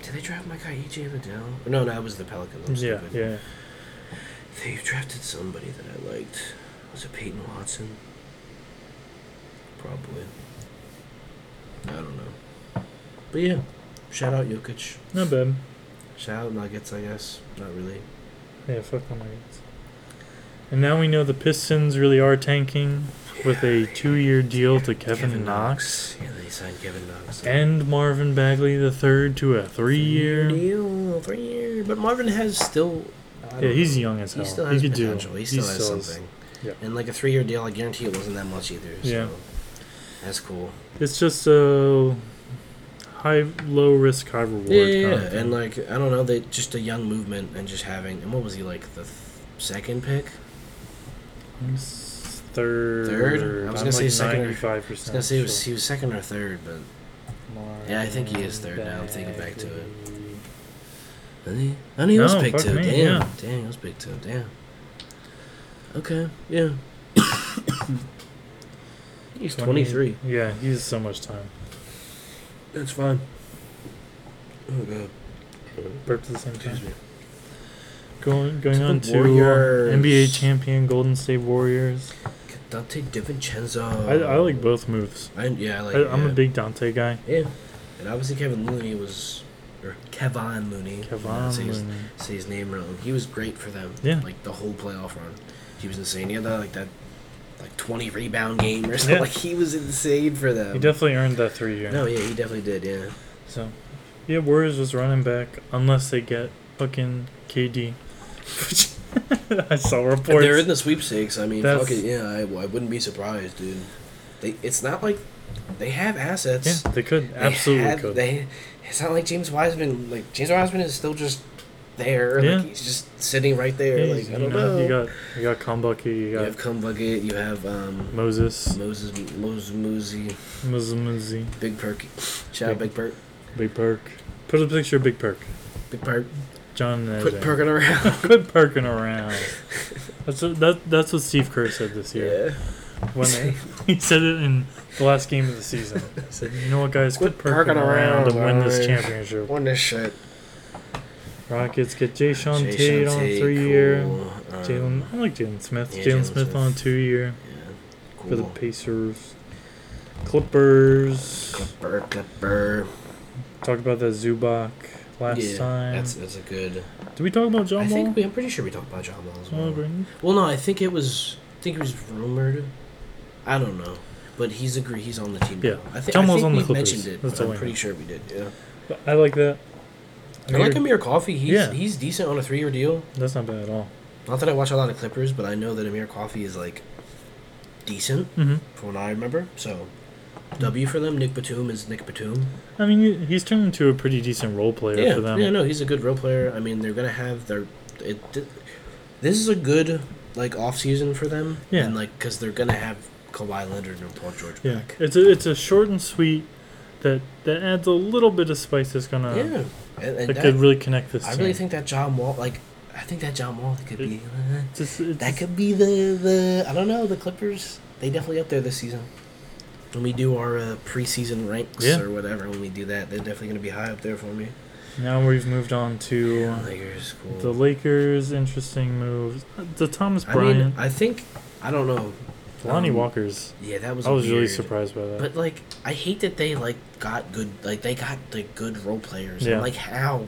Speaker 1: Did they draft my guy EJ Liddell? No, no, that was the Pelicans. I'm
Speaker 2: yeah,
Speaker 1: stupid.
Speaker 2: yeah.
Speaker 1: They drafted somebody that I liked. Was it Peyton Watson? Probably. I don't know. But yeah, shout out Jokic.
Speaker 2: Not bad.
Speaker 1: Shout out Nuggets, I guess. Not really.
Speaker 2: Yeah, fuck the Nuggets. And now we know the Pistons really are tanking with a two-year deal to Kevin, Knox,
Speaker 1: Yeah, they signed Kevin Knox.
Speaker 2: and Marvin Bagley the third to a three-year.
Speaker 1: deal, three year. But Marvin has still. I don't
Speaker 2: Yeah,
Speaker 1: know.
Speaker 2: he's young as hell.
Speaker 1: He still has
Speaker 2: he could
Speaker 1: potential.
Speaker 2: do.
Speaker 1: He still has
Speaker 2: is-
Speaker 1: something.
Speaker 2: yeah.
Speaker 1: And like a three year deal, I guarantee it wasn't that much either. So
Speaker 2: Yeah.
Speaker 1: That's cool.
Speaker 2: It's just a high, low risk, high reward.
Speaker 1: Yeah, yeah,
Speaker 2: kind
Speaker 1: yeah.
Speaker 2: of thing.
Speaker 1: and like I don't know, they just a young movement and just having. And what was he like the th- second pick?
Speaker 2: He's third.
Speaker 1: Third? I was gonna say second or-
Speaker 2: Ninety-five
Speaker 1: I was gonna
Speaker 2: percent.
Speaker 1: say he was, he was second or third, but Yeah, I think he is third now, I'm thinking back to it. Really? I knew he was
Speaker 2: No,
Speaker 1: big
Speaker 2: fuck
Speaker 1: two.
Speaker 2: me,
Speaker 1: damn,
Speaker 2: yeah.
Speaker 1: damn, he was big two. Damn. Okay, yeah. (coughs) He's twenty-three.
Speaker 2: Yeah, he has so much time.
Speaker 1: That's fine. Oh god.
Speaker 2: Burped at the same time.
Speaker 1: Excuse me.
Speaker 2: Going, going
Speaker 1: To the
Speaker 2: on to uh,
Speaker 1: Warriors.
Speaker 2: NBA champion Golden State Warriors.
Speaker 1: Dante DiVincenzo.
Speaker 2: I, I like both moves.
Speaker 1: I, yeah, I Um, like.
Speaker 2: I, I'm
Speaker 1: yeah.
Speaker 2: a big Dante guy.
Speaker 1: Yeah, and obviously Kevin Looney was, or Kevon Looney. if I'm not
Speaker 2: Kevon
Speaker 1: saying his-
Speaker 2: Looney.
Speaker 1: Say his name wrong. He was great for them.
Speaker 2: Yeah.
Speaker 1: Like the whole playoff run, he was insane. He had that like that, like twenty rebound game or (laughs) something.
Speaker 2: Yeah.
Speaker 1: Like he was insane for them.
Speaker 2: He definitely earned that three year.
Speaker 1: um, No, yeah, he definitely did. Yeah.
Speaker 2: So, yeah, Warriors was running back unless they get fucking KD. Which (laughs) I saw
Speaker 1: If they're
Speaker 2: reports.
Speaker 1: in the sweepstakes. I mean,
Speaker 2: That's-
Speaker 1: fuck it. Yeah, I, I wouldn't be surprised, dude. They, it's not like they have assets.
Speaker 2: Yeah, they could
Speaker 1: They
Speaker 2: absolutely
Speaker 1: had-
Speaker 2: could.
Speaker 1: They, it's not like James Wiseman. Like James Wiseman is still just there.
Speaker 2: Yeah.
Speaker 1: Like he's just sitting right there.
Speaker 2: Yeah,
Speaker 1: like I
Speaker 2: you
Speaker 1: don't
Speaker 2: know,
Speaker 1: know.
Speaker 2: You got you got Kombucky, you
Speaker 1: You
Speaker 2: got
Speaker 1: have Cum Bucket, you have um,
Speaker 2: Moses,
Speaker 1: Moses, Moses, Moosey,
Speaker 2: Moses Muzi,
Speaker 1: Big Perk. Shout out Big Perk.
Speaker 2: Big Perk. Put up a picture of Big Perk.
Speaker 1: Big Perk.
Speaker 2: John uh, and
Speaker 1: Quit
Speaker 2: Isaiah.
Speaker 1: perking around.
Speaker 2: Quit perking around. That's what, that, that's what Steve Kerr said this year.
Speaker 1: Yeah.
Speaker 2: When
Speaker 1: (laughs)
Speaker 2: they, he said it in the last game of the season. He said, "You know what, guys? Quit,
Speaker 1: Quit
Speaker 2: perking,
Speaker 1: perking
Speaker 2: around,
Speaker 1: around,
Speaker 2: and win this
Speaker 1: guys."
Speaker 2: championship."
Speaker 1: Won this shit.
Speaker 2: Rockets get Jay Sean
Speaker 1: Jay
Speaker 2: Tate on
Speaker 1: Tate,
Speaker 2: three year.
Speaker 1: cool. Um,
Speaker 2: Jalen, I like Jalen Smith.
Speaker 1: yeah,
Speaker 2: Jalen
Speaker 1: Jalen
Speaker 2: Smith
Speaker 1: Smith.
Speaker 2: on two year
Speaker 1: Yeah.
Speaker 2: for the
Speaker 1: Cool.
Speaker 2: Pacers. Clippers.
Speaker 1: Clipper, Clipper.
Speaker 2: Talked about that Zubac last
Speaker 1: yeah,
Speaker 2: time.
Speaker 1: that's that's a good.
Speaker 2: Did we talk about John
Speaker 1: I
Speaker 2: Wall?
Speaker 1: think we, I'm pretty sure we talked about John Wall as
Speaker 2: Oh,
Speaker 1: well.
Speaker 2: Brandon?
Speaker 1: Well, no, I think it was. I think it was rumored. I don't know, but he's agree. He's on the team.
Speaker 2: Yeah.
Speaker 1: I, thi-
Speaker 2: John
Speaker 1: I
Speaker 2: Wall's
Speaker 1: think
Speaker 2: on the
Speaker 1: we
Speaker 2: Clippers.
Speaker 1: mentioned it.
Speaker 2: That's
Speaker 1: but
Speaker 2: all I
Speaker 1: I'm
Speaker 2: know.
Speaker 1: pretty sure we did. Yeah,
Speaker 2: But I like that.
Speaker 1: I like
Speaker 2: Amir-
Speaker 1: Amir Coffee. He's
Speaker 2: Yeah.
Speaker 1: he's decent on a three year deal.
Speaker 2: That's not bad at all.
Speaker 1: Not that I watch a lot of Clippers, but I know that Amir Coffee is like decent
Speaker 2: hmm
Speaker 1: from what I remember. So W for them. Nick Batum is Nick Batum.
Speaker 2: I mean, he- he's turned into a pretty decent role player
Speaker 1: yeah,
Speaker 2: for them.
Speaker 1: yeah, no, he's a good role player. I mean, they're gonna have their. It, th- this is a good like off season for them.
Speaker 2: Yeah.
Speaker 1: and like because they're gonna have Kawhi Leonard and Paul George
Speaker 2: Yeah.
Speaker 1: back.
Speaker 2: it's a it's a short and sweet that that adds a little bit of spice that's gonna
Speaker 1: Yeah, and, and
Speaker 2: that,
Speaker 1: that,
Speaker 2: Um, could really connect this.
Speaker 1: I
Speaker 2: team.
Speaker 1: really think that John Wall, like, I think that John Wall could be uh,
Speaker 2: It's just- it's
Speaker 1: that
Speaker 2: just-
Speaker 1: could be the the I don't know the Clippers. They definitely up there this season. When we do our uh, preseason ranks
Speaker 2: Yeah.
Speaker 1: or whatever, when we do that, they're definitely gonna be high up there for me.
Speaker 2: now we've moved on to
Speaker 1: Lakers, cool.
Speaker 2: the Lakers. Interesting moves. The Thomas
Speaker 1: I mean, um,
Speaker 2: Bryant,
Speaker 1: I think I don't know.
Speaker 2: Lonnie
Speaker 1: um,
Speaker 2: Walker's.
Speaker 1: Yeah, that was.
Speaker 2: I was really
Speaker 1: weird.
Speaker 2: surprised by that.
Speaker 1: But like, I hate that they like got good, like they got the good role players.
Speaker 2: Yeah.
Speaker 1: I'm like, how?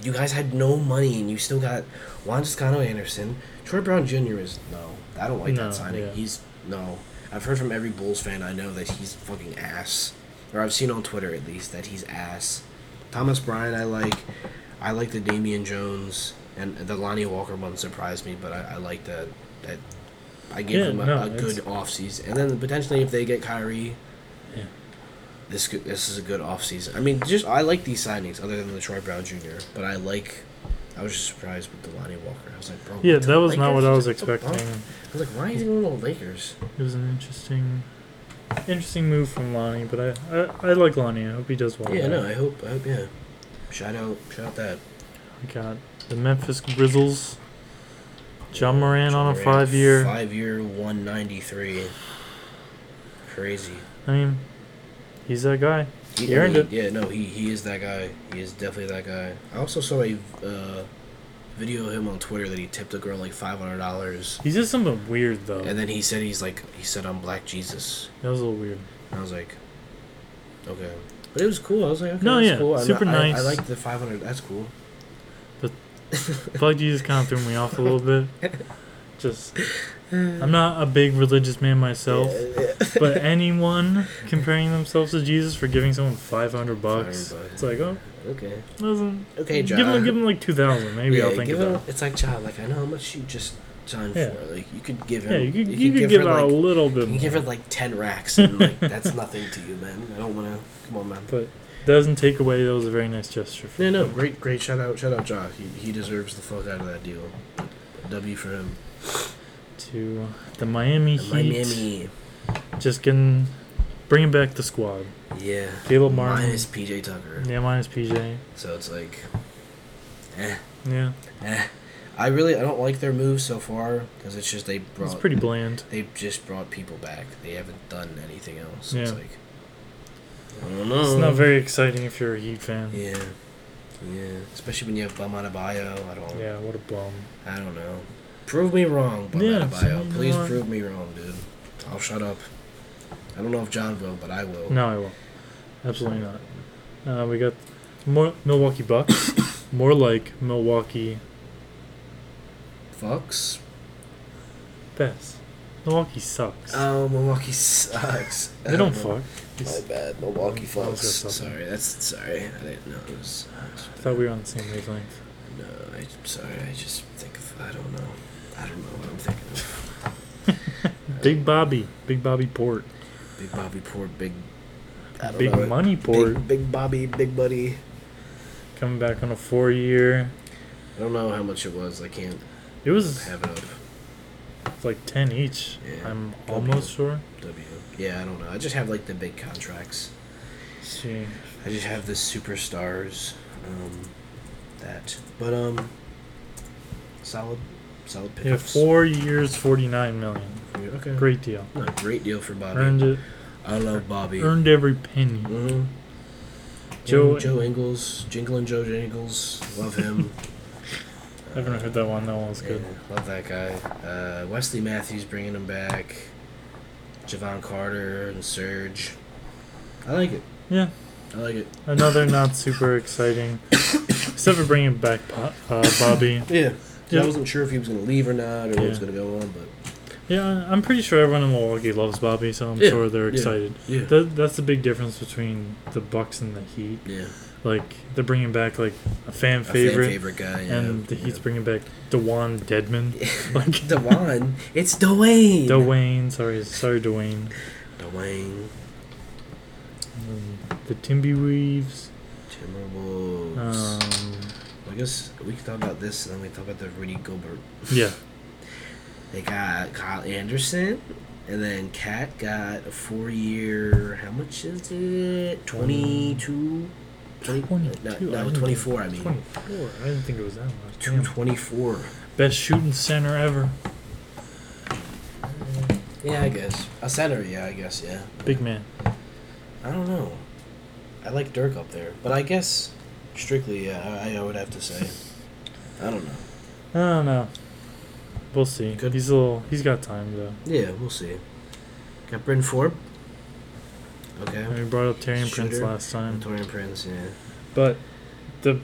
Speaker 1: You guys had no money, and you still got Juan Toscano Anderson. Troy Brown Jr. is no. I don't like
Speaker 2: No,
Speaker 1: that signing.
Speaker 2: yeah.
Speaker 1: He's no. I've heard from every Bulls fan I know that he's fucking ass, or I've seen on Twitter at least that he's ass. Thomas Bryan, I like. I like the Damian Jones and the Lonnie Walker one surprised me, but I, I like that that I give
Speaker 2: Yeah,
Speaker 1: him a,
Speaker 2: no,
Speaker 1: a
Speaker 2: it's-
Speaker 1: good offseason. And then potentially if they get Kyrie,
Speaker 2: Yeah.
Speaker 1: this could, this is a good offseason. I mean, just I like these signings other than the Troy Brown Jr., but I like I was just surprised with the Lonnie Walker. I was like, bro.
Speaker 2: yeah,
Speaker 1: what the
Speaker 2: that was not what
Speaker 1: Lakers?
Speaker 2: I was
Speaker 1: What the fuck?
Speaker 2: expecting.
Speaker 1: I was like, why is he going to the Lakers?
Speaker 2: It was an interesting, interesting move from Lonnie. But I, I, I like Lonnie. I hope he does well.
Speaker 1: yeah,
Speaker 2: there.
Speaker 1: no, I hope I hope yeah. Shout out shout out that.
Speaker 2: We got the Memphis Grizzlies. John Moran on a
Speaker 1: Durant,
Speaker 2: five year.
Speaker 1: Five year one ninety three. Crazy.
Speaker 2: I mean, he's that guy.
Speaker 1: He,
Speaker 2: He
Speaker 1: I
Speaker 2: earned
Speaker 1: mean, Yeah, no, he he is that guy. He is definitely that guy. I also saw a uh, video of him on Twitter that he tipped a girl like five hundred dollars,
Speaker 2: He did something weird though.
Speaker 1: and then he said he's like he said I'm Black Jesus,
Speaker 2: that was a little weird.
Speaker 1: and I was like, okay, but it was cool. I was like, okay,
Speaker 2: No,
Speaker 1: that's
Speaker 2: yeah,
Speaker 1: cool. I'm
Speaker 2: super
Speaker 1: not- I, I,
Speaker 2: nice.
Speaker 1: like the five hundred. That's cool.
Speaker 2: Black Jesus kind of threw me off a little
Speaker 1: (laughs)
Speaker 2: bit. Just, I'm not a big religious man myself, but
Speaker 1: (laughs)
Speaker 2: anyone comparing themselves to Jesus for giving someone 500 bucks,
Speaker 1: 500 bucks.
Speaker 2: it's like, oh,
Speaker 1: Okay,
Speaker 2: doesn't.
Speaker 1: okay, John.
Speaker 2: Give him, give him like 2,000. Maybe I'll think
Speaker 1: give
Speaker 2: about
Speaker 1: him- It's like John. Like I know how much you just signed
Speaker 2: Yeah.
Speaker 1: for. Like you could give
Speaker 2: it.
Speaker 1: him.
Speaker 2: Yeah, you could, you could give,
Speaker 1: her,
Speaker 2: out
Speaker 1: like,
Speaker 2: a little bit
Speaker 1: You can
Speaker 2: more.
Speaker 1: give her like ten racks,
Speaker 2: (laughs)
Speaker 1: and like that's nothing to you, man. I don't want to. Come on, man.
Speaker 2: but doesn't take away, that was a very nice gesture.
Speaker 1: No, no,
Speaker 2: him.
Speaker 1: great, great shout out, shout out, Ja. He, he deserves the fuck out of that deal. W for him.
Speaker 2: To to the Miami
Speaker 1: The
Speaker 2: Heat.
Speaker 1: Miami.
Speaker 2: Just getting, bringing back the squad.
Speaker 1: Yeah.
Speaker 2: Caleb Martin.
Speaker 1: Minus PJ Tucker.
Speaker 2: Yeah, minus PJ.
Speaker 1: So it's like, eh,
Speaker 2: Yeah,
Speaker 1: eh. I really I don't like their moves so far because it's just they
Speaker 2: it's
Speaker 1: brought
Speaker 2: pretty bland.
Speaker 1: they just brought people back. They haven't done anything else. It's
Speaker 2: Yeah.
Speaker 1: like I don't know.
Speaker 2: It's not very exciting if you're a Heat fan. Um, Yeah,
Speaker 1: Yeah. Yeah. Especially when you have Bam Adebayo. I don't
Speaker 2: what a bum.
Speaker 1: I don't know. Prove me wrong, Bam
Speaker 2: Yeah, prove
Speaker 1: Adebayo.
Speaker 2: me
Speaker 1: Please
Speaker 2: wrong.
Speaker 1: prove me wrong, dude. I'll shut up. I don't know if John will, but I will.
Speaker 2: No, I won't. Absolutely not. Uh, we got more Milwaukee Bucks. (coughs) more like Milwaukee
Speaker 1: Fucks.
Speaker 2: Best. Milwaukee sucks.
Speaker 1: Oh, Milwaukee sucks.
Speaker 2: they Uh,
Speaker 1: (laughs)
Speaker 2: don't
Speaker 1: fuck.
Speaker 2: fuck.
Speaker 1: My
Speaker 2: I
Speaker 1: bad, Milwaukee
Speaker 2: That was
Speaker 1: Fox.
Speaker 2: just something.
Speaker 1: Sorry, that's sorry. I didn't know it was. I
Speaker 2: thought we were on the same wavelength.
Speaker 1: No, I'm sorry. I just think of. I don't know. I don't know what I'm thinking
Speaker 2: (laughs)
Speaker 1: of.
Speaker 2: Big Bobby. Big Bobby Port.
Speaker 1: Big Bobby Port, big. I don't
Speaker 2: Big
Speaker 1: know.
Speaker 2: Money Port.
Speaker 1: Big, big Bobby, big buddy.
Speaker 2: Coming back on a four year.
Speaker 1: I don't know how much it was. I can't
Speaker 2: It was
Speaker 1: have it up.
Speaker 2: like 10 each.
Speaker 1: Yeah.
Speaker 2: I'm
Speaker 1: Bobby.
Speaker 2: almost sure.
Speaker 1: W. Yeah, I don't know. I just have like the big contracts.
Speaker 2: See.
Speaker 1: I just have the superstars. Um, that. But um. Solid, solid
Speaker 2: Yeah,
Speaker 1: pickups.
Speaker 2: four years, 49 million.
Speaker 1: Okay.
Speaker 2: Great deal.
Speaker 1: Not a great deal for Bobby.
Speaker 2: Earned it.
Speaker 1: I love Bobby.
Speaker 2: Earned every penny.
Speaker 1: Mhm.
Speaker 2: Joe-
Speaker 1: Joe Joe Ingles, Jingle and Joe Jingles, love him.
Speaker 2: I (laughs) haven't heard that one. That one was
Speaker 1: Yeah,
Speaker 2: good.
Speaker 1: Love that guy. Uh, Wesley Matthews bringing him back. Javon Carter and Serge. I like it.
Speaker 2: Yeah.
Speaker 1: I like it.
Speaker 2: Another not super exciting. Except for bringing back Po- uh, Bobby.
Speaker 1: Yeah.
Speaker 2: Yeah.
Speaker 1: I wasn't sure if he was gonna leave or not, or what was
Speaker 2: Yeah.
Speaker 1: gonna go on, but
Speaker 2: Yeah, I'm pretty sure everyone in Milwaukee loves Bobby, so I'm
Speaker 1: Yeah,
Speaker 2: sure they're
Speaker 1: yeah.
Speaker 2: excited.
Speaker 1: yeah,
Speaker 2: That, that's the big difference between the Bucks and the Heat.
Speaker 1: yeah.
Speaker 2: Like they're bringing back like a fan
Speaker 1: A fan
Speaker 2: favorite,
Speaker 1: favorite guy. Yeah.
Speaker 2: and the Heat's
Speaker 1: yeah.
Speaker 2: bringing back Dewan Deadman,
Speaker 1: (laughs)
Speaker 2: like
Speaker 1: Dewan. It's Dwayne.
Speaker 2: Dwayne. Sorry, sorry, Dwayne.
Speaker 1: Dwayne.
Speaker 2: Um, the Timberweaves.
Speaker 1: Timberwolves.
Speaker 2: Um,
Speaker 1: I guess we can talk about this, and then we can talk about the Rudy Gobert
Speaker 2: yeah,
Speaker 1: They got Kyle Anderson, and then Cat got a four-year. How much is it? Twenty-two. uh,
Speaker 2: 22,
Speaker 1: No,
Speaker 2: I
Speaker 1: no
Speaker 2: didn't-
Speaker 1: twenty-four. I mean,
Speaker 2: twenty-four. I didn't think it was that much.
Speaker 1: two
Speaker 2: Damn.
Speaker 1: twenty-four.
Speaker 2: Best shooting center ever.
Speaker 1: Yeah, I guess a center. Yeah, I guess. Yeah.
Speaker 2: Big man.
Speaker 1: I don't know. I like Dirk up there, but I guess strictly, yeah, I, I would have to say. I don't know.
Speaker 2: I don't know. We'll see.
Speaker 1: Good.
Speaker 2: He's a little. He's got time though.
Speaker 1: Yeah, we'll see. Got Bryn Forbes. Okay.
Speaker 2: And we brought up Terry and Prince
Speaker 1: Shooter.
Speaker 2: last time.
Speaker 1: Torian Prince. Yeah.
Speaker 2: But the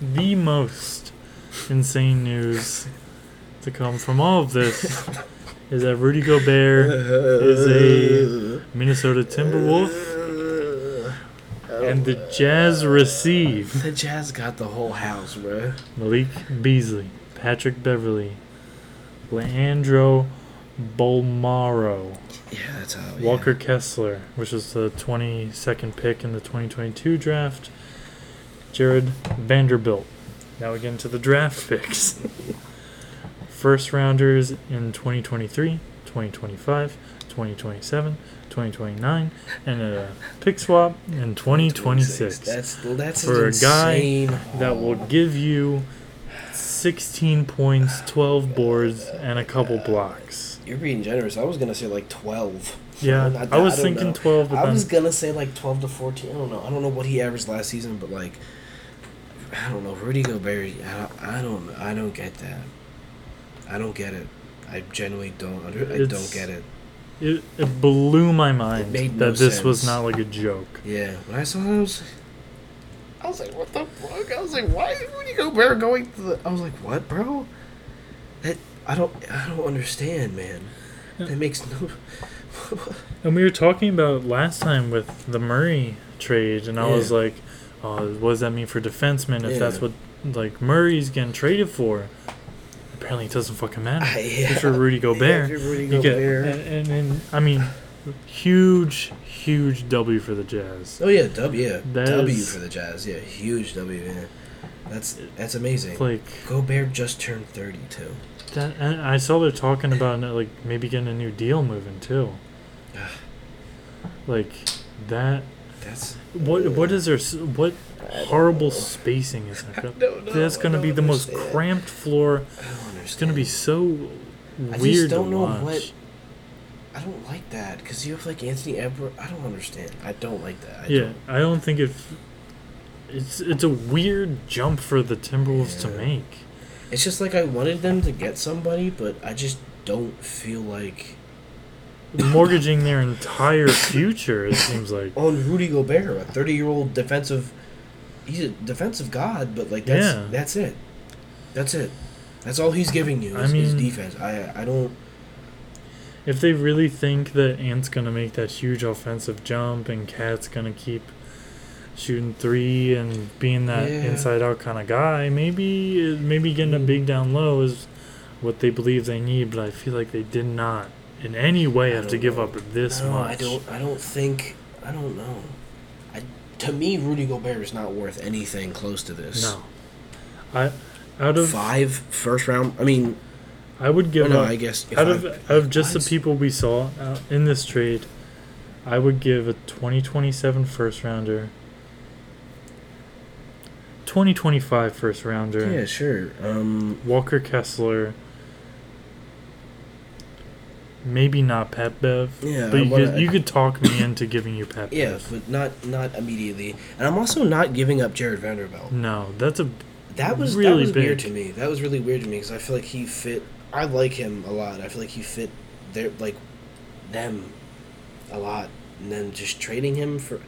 Speaker 2: the most insane news to come from all of
Speaker 1: (laughs)
Speaker 2: this is that Rudy Gobert, is Minnesota Timberwolf,
Speaker 1: (laughs)
Speaker 2: and the Jazz receive
Speaker 1: The Jazz got the whole house, bro.
Speaker 2: Malik Beasley, Patrick Beverly, Leandro Bolmaro,
Speaker 1: Yeah, that's how. yeah.
Speaker 2: Walker Kessler, which is the 22nd pick in the 2022 draft, Jared Vanderbilt. Now we get into the draft picks. (laughs) First rounders in 2023, 2025, 2027, 2029, and a pick swap in 2026
Speaker 1: That's that's
Speaker 2: For
Speaker 1: an
Speaker 2: a guy
Speaker 1: insane
Speaker 2: that will give you 16 points, 12 boards, and a couple blocks.
Speaker 1: You're being generous. I was gonna say like twelve.
Speaker 2: Yeah,
Speaker 1: Not-
Speaker 2: I was
Speaker 1: don't
Speaker 2: thinking
Speaker 1: know.
Speaker 2: 12, but
Speaker 1: I was
Speaker 2: then
Speaker 1: gonna say like twelve to fourteen. I don't know. I don't know what he averaged last season, but like, I don't know. Rudy Gobert. I don't. I don't, I don't get that. I don't get it. I genuinely don't. Under, I
Speaker 2: It's-
Speaker 1: don't get it.
Speaker 2: It, it blew my mind
Speaker 1: made
Speaker 2: that
Speaker 1: no
Speaker 2: this was
Speaker 1: sense.
Speaker 2: not like a joke.
Speaker 1: Yeah, when I saw those, I was like, "What the fuck?" I was like, "Why is Rudy Gobert going to the?" I was like, "What, bro?" That I don't, I don't understand, man.
Speaker 2: Yeah.
Speaker 1: That makes no. (laughs)
Speaker 2: And we were talking about last time with the Murray trade, and I was
Speaker 1: Yeah.
Speaker 2: like, oh, what does that mean for defensemen if that's
Speaker 1: Yeah.
Speaker 2: what like Murray's getting traded for? Apparently, it doesn't fucking matter.
Speaker 1: (laughs) yeah.
Speaker 2: If you're Rudy Gobert,
Speaker 1: Yeah, if you're Rudy
Speaker 2: You get,
Speaker 1: Gobert.
Speaker 2: and, and, and I mean, huge, huge W for the Jazz.
Speaker 1: oh yeah, W. Yeah,
Speaker 2: That
Speaker 1: W
Speaker 2: is-
Speaker 1: for the Jazz. Yeah, huge W. Yeah, that's that's amazing.
Speaker 2: Like,
Speaker 1: Gobert just turned thirty-two.
Speaker 2: That, and I saw they're talking about like maybe getting a new deal moving too.
Speaker 1: Ugh.
Speaker 2: Like that.
Speaker 1: That's
Speaker 2: What what is there? s- What horrible spacing is
Speaker 1: I
Speaker 2: that?
Speaker 1: don't know.
Speaker 2: That's
Speaker 1: I
Speaker 2: gonna
Speaker 1: don't
Speaker 2: be the most
Speaker 1: understand.
Speaker 2: cramped floor.
Speaker 1: I don't
Speaker 2: It's gonna be so
Speaker 1: understand. I
Speaker 2: weird
Speaker 1: just
Speaker 2: to
Speaker 1: don't know
Speaker 2: watch.
Speaker 1: what. I don't like that because you have like Anthony Edward. I don't understand. I don't like that. I
Speaker 2: yeah,
Speaker 1: Don't.
Speaker 2: I don't think it. f- It's it's a weird jump for the Timberwolves to
Speaker 1: Yeah.
Speaker 2: make.
Speaker 1: It's just like I wanted them to get somebody, but I just don't feel like
Speaker 2: Mortgaging their entire future, it seems like.
Speaker 1: on Rudy Gobert, a thirty-year-old defensive. He's a defensive god, but like that's
Speaker 2: Yeah.
Speaker 1: that's it. That's it. That's all he's giving you.
Speaker 2: I
Speaker 1: Is, is
Speaker 2: mean-
Speaker 1: defense. I I don't.
Speaker 2: If they really think that Ant's gonna make that huge offensive jump and Cat's gonna keep shooting three and being that
Speaker 1: Yeah. Hmm.
Speaker 2: inside out kind of guy, maybe uh, maybe getting a big down low is what they believe they need. But I feel like they did not in any way
Speaker 1: I
Speaker 2: have to
Speaker 1: don't
Speaker 2: give
Speaker 1: know.
Speaker 2: up this
Speaker 1: no,
Speaker 2: much.
Speaker 1: I don't. I don't think. I don't know. I, to me, Rudy Gobert is not worth anything close to this.
Speaker 2: No, I out of
Speaker 1: Five first round. I mean,
Speaker 2: I would give
Speaker 1: well, no,
Speaker 2: up.
Speaker 1: I guess if
Speaker 2: out
Speaker 1: I-
Speaker 2: of out of just the
Speaker 1: What?
Speaker 2: people we saw uh, in this trade, I would give a 2027 first rounder, 2025 first rounder,
Speaker 1: yeah, sure. Um,
Speaker 2: Walker Kessler, maybe not Pat Bev,
Speaker 1: yeah,
Speaker 2: but
Speaker 1: I
Speaker 2: you
Speaker 1: wanna-
Speaker 2: could, you could talk me into giving you Pat
Speaker 1: yeah,
Speaker 2: Bev.
Speaker 1: but not not immediately. And I'm also not giving up Jared Vanderbilt.
Speaker 2: No, that's a
Speaker 1: That was that
Speaker 2: Really
Speaker 1: was weird
Speaker 2: big.
Speaker 1: to me. That was really weird to me because I feel like he fit. I like him a lot. I feel like he fit their like them a lot, and then just trading him for.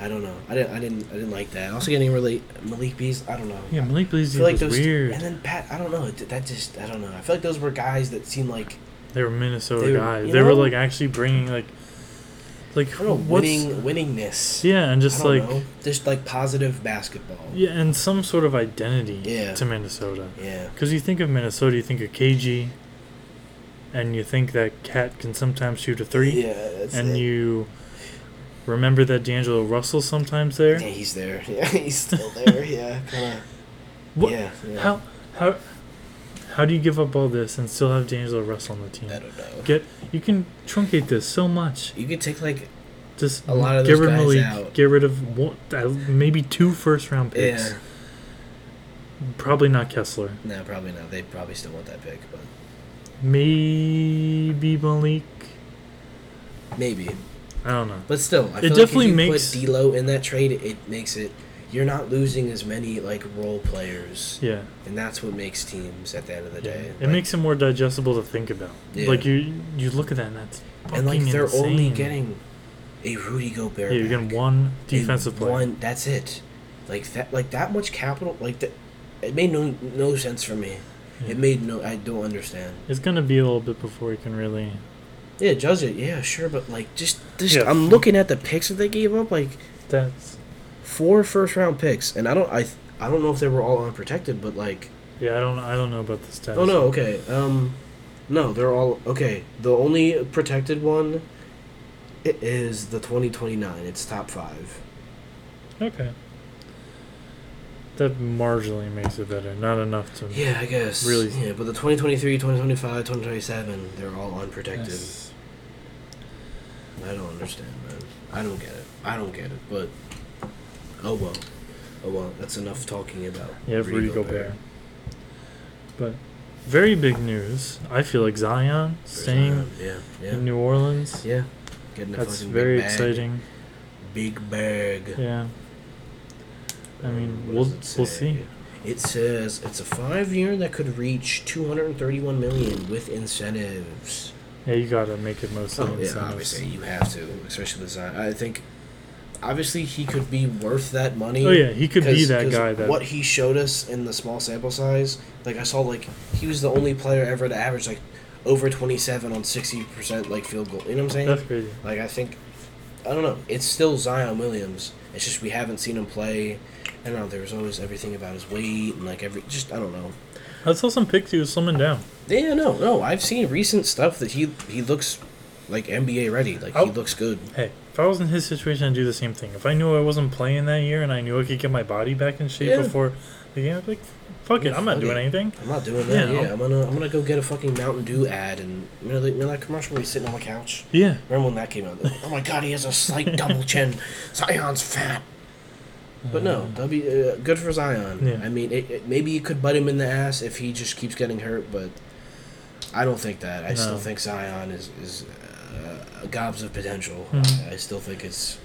Speaker 1: I don't know. I didn't. I didn't. I didn't like that. Also getting really Malik Beast. I don't know.
Speaker 2: yeah. Malik
Speaker 1: I
Speaker 2: Beasley
Speaker 1: feel like
Speaker 2: was
Speaker 1: those.
Speaker 2: weird.
Speaker 1: And then Pat. I don't know. it- That just. I don't know. I feel like those were guys that seemed like
Speaker 2: they were Minnesota
Speaker 1: they were-
Speaker 2: guys.
Speaker 1: you
Speaker 2: They were
Speaker 1: know?
Speaker 2: like actually bringing like like
Speaker 1: I don't know,
Speaker 2: what's
Speaker 1: winning winningness.
Speaker 2: yeah, and
Speaker 1: I
Speaker 2: just
Speaker 1: don't
Speaker 2: like.
Speaker 1: know. just like positive basketball.
Speaker 2: Yeah, and some sort of identity
Speaker 1: Yeah.
Speaker 2: to Minnesota.
Speaker 1: Yeah.
Speaker 2: Because you think of Minnesota, you think of KG, and you think that Cat can sometimes shoot a three,
Speaker 1: Yeah. That's
Speaker 2: and
Speaker 1: it.
Speaker 2: you remember that D'Angelo Russell sometimes there.
Speaker 1: Yeah, he's there. (laughs) Yeah, he's still there. Yeah. Kinda.
Speaker 2: What-
Speaker 1: Yeah. yeah.
Speaker 2: How how how do you give up all this and still have D'Angelo Russell on the team?
Speaker 1: I don't know.
Speaker 2: Get you can truncate this so much.
Speaker 1: You could take like
Speaker 2: Just
Speaker 1: A lot of
Speaker 2: get
Speaker 1: those
Speaker 2: rid of
Speaker 1: guys
Speaker 2: Malik,
Speaker 1: out.
Speaker 2: get rid of one, uh, maybe two first round picks.
Speaker 1: yeah.
Speaker 2: Probably not Kessler.
Speaker 1: No, probably not. They probably still want that pick, but
Speaker 2: Maybe Malik.
Speaker 1: maybe.
Speaker 2: I don't know.
Speaker 1: But still, I
Speaker 2: It
Speaker 1: feel
Speaker 2: definitely
Speaker 1: like if you
Speaker 2: makes-
Speaker 1: put D'Lo in that trade, it makes it you're not losing as many like role players,
Speaker 2: Yeah,
Speaker 1: and that's what makes teams at the end of the
Speaker 2: yeah.
Speaker 1: day.
Speaker 2: It
Speaker 1: Like-
Speaker 2: makes it more digestible to think about.
Speaker 1: Yeah.
Speaker 2: Like you, you look at that and that's fucking
Speaker 1: and like they're
Speaker 2: insane.
Speaker 1: only getting a Rudy Gobert.
Speaker 2: yeah, you're
Speaker 1: back.
Speaker 2: getting one
Speaker 1: They
Speaker 2: defensive player.
Speaker 1: won- that's it. Like that. Like that much capital. Like that. It made no no sense for me.
Speaker 2: Yeah.
Speaker 1: It made no. I don't understand.
Speaker 2: It's gonna be a little bit before you can really.
Speaker 1: Yeah, judge it. Yeah, sure. But like, just just
Speaker 2: Yeah.
Speaker 1: I'm looking at the picks that they gave up. Like
Speaker 2: That's
Speaker 1: four first round picks, and I don't I th- I don't know if they were all unprotected, but like.
Speaker 2: yeah. I don't. I don't know about the stats.
Speaker 1: Oh no. Okay. Um, no, they're all okay. The only protected one i- is the 2029. It's top five.
Speaker 2: Okay. That marginally makes it better. Not enough to.
Speaker 1: Yeah, I guess.
Speaker 2: Mm-hmm. Really?
Speaker 1: Yeah, but the 2023, 2025, 2027, they're all unprotected.
Speaker 2: Yes.
Speaker 1: I don't understand, man. I don't get it. I don't get it. But oh well, oh well. That's enough talking about.
Speaker 2: Yeah, Rudy Gobert. But very big news. I feel like Zion staying
Speaker 1: Yeah, yeah,
Speaker 2: in New Orleans.
Speaker 1: yeah. Getting a
Speaker 2: That's
Speaker 1: fucking
Speaker 2: very
Speaker 1: big bag.
Speaker 2: exciting.
Speaker 1: Big bag.
Speaker 2: Yeah. I mean,
Speaker 1: What
Speaker 2: we'll
Speaker 1: does it
Speaker 2: we'll
Speaker 1: say?
Speaker 2: see.
Speaker 1: It says it's a five-year that could reach 231 million with incentives.
Speaker 2: Yeah, you gotta make it most of
Speaker 1: Oh,
Speaker 2: the
Speaker 1: yeah,
Speaker 2: incentives.
Speaker 1: obviously you have to, especially the Zion. I think, obviously he could be worth that money.
Speaker 2: Oh yeah, he could be
Speaker 1: 'Cause-
Speaker 2: that
Speaker 1: 'cause
Speaker 2: guy that.
Speaker 1: what he showed us in the small sample size, like I saw, like he was the only player ever to average like over twenty seven on sixty percent like field goal. You know what I'm saying?
Speaker 2: That's crazy.
Speaker 1: like I think, I don't know. It's still Zion Williams. It's just we haven't seen him play. I don't know. There was always everything about his weight and like every just I don't know.
Speaker 2: I saw some pics. He was slimming down.
Speaker 1: Yeah, no, no. I've seen recent stuff that he he looks like NBA ready. Like
Speaker 2: Oh.
Speaker 1: he looks good.
Speaker 2: Hey, if I was in his situation, I'd do the same thing. If I knew I wasn't playing that year and I knew I could get my body back in shape
Speaker 1: Yeah.
Speaker 2: before the game, I'd be like, fuck it,
Speaker 1: Yeah,
Speaker 2: I'm not
Speaker 1: fuck
Speaker 2: doing
Speaker 1: it.
Speaker 2: anything.
Speaker 1: I'm not doing that.
Speaker 2: Yeah.
Speaker 1: Yeah, I'm gonna I'm gonna go get a fucking Mountain Dew ad and you know, you know that commercial where he's sitting on the couch.
Speaker 2: Yeah.
Speaker 1: Remember when that came out? They're like, oh my god, he has
Speaker 2: (laughs)
Speaker 1: a slight double chin. Zion's fat. But no, that'd be uh, good for Zion.
Speaker 2: Mm. Yeah.
Speaker 1: I mean, it, it, maybe you could butt him in the ass if he just keeps getting hurt, but I don't think that. I
Speaker 2: No.
Speaker 1: still think Zion is is uh, gobs of potential.
Speaker 2: Mhm.
Speaker 1: I, I still think it's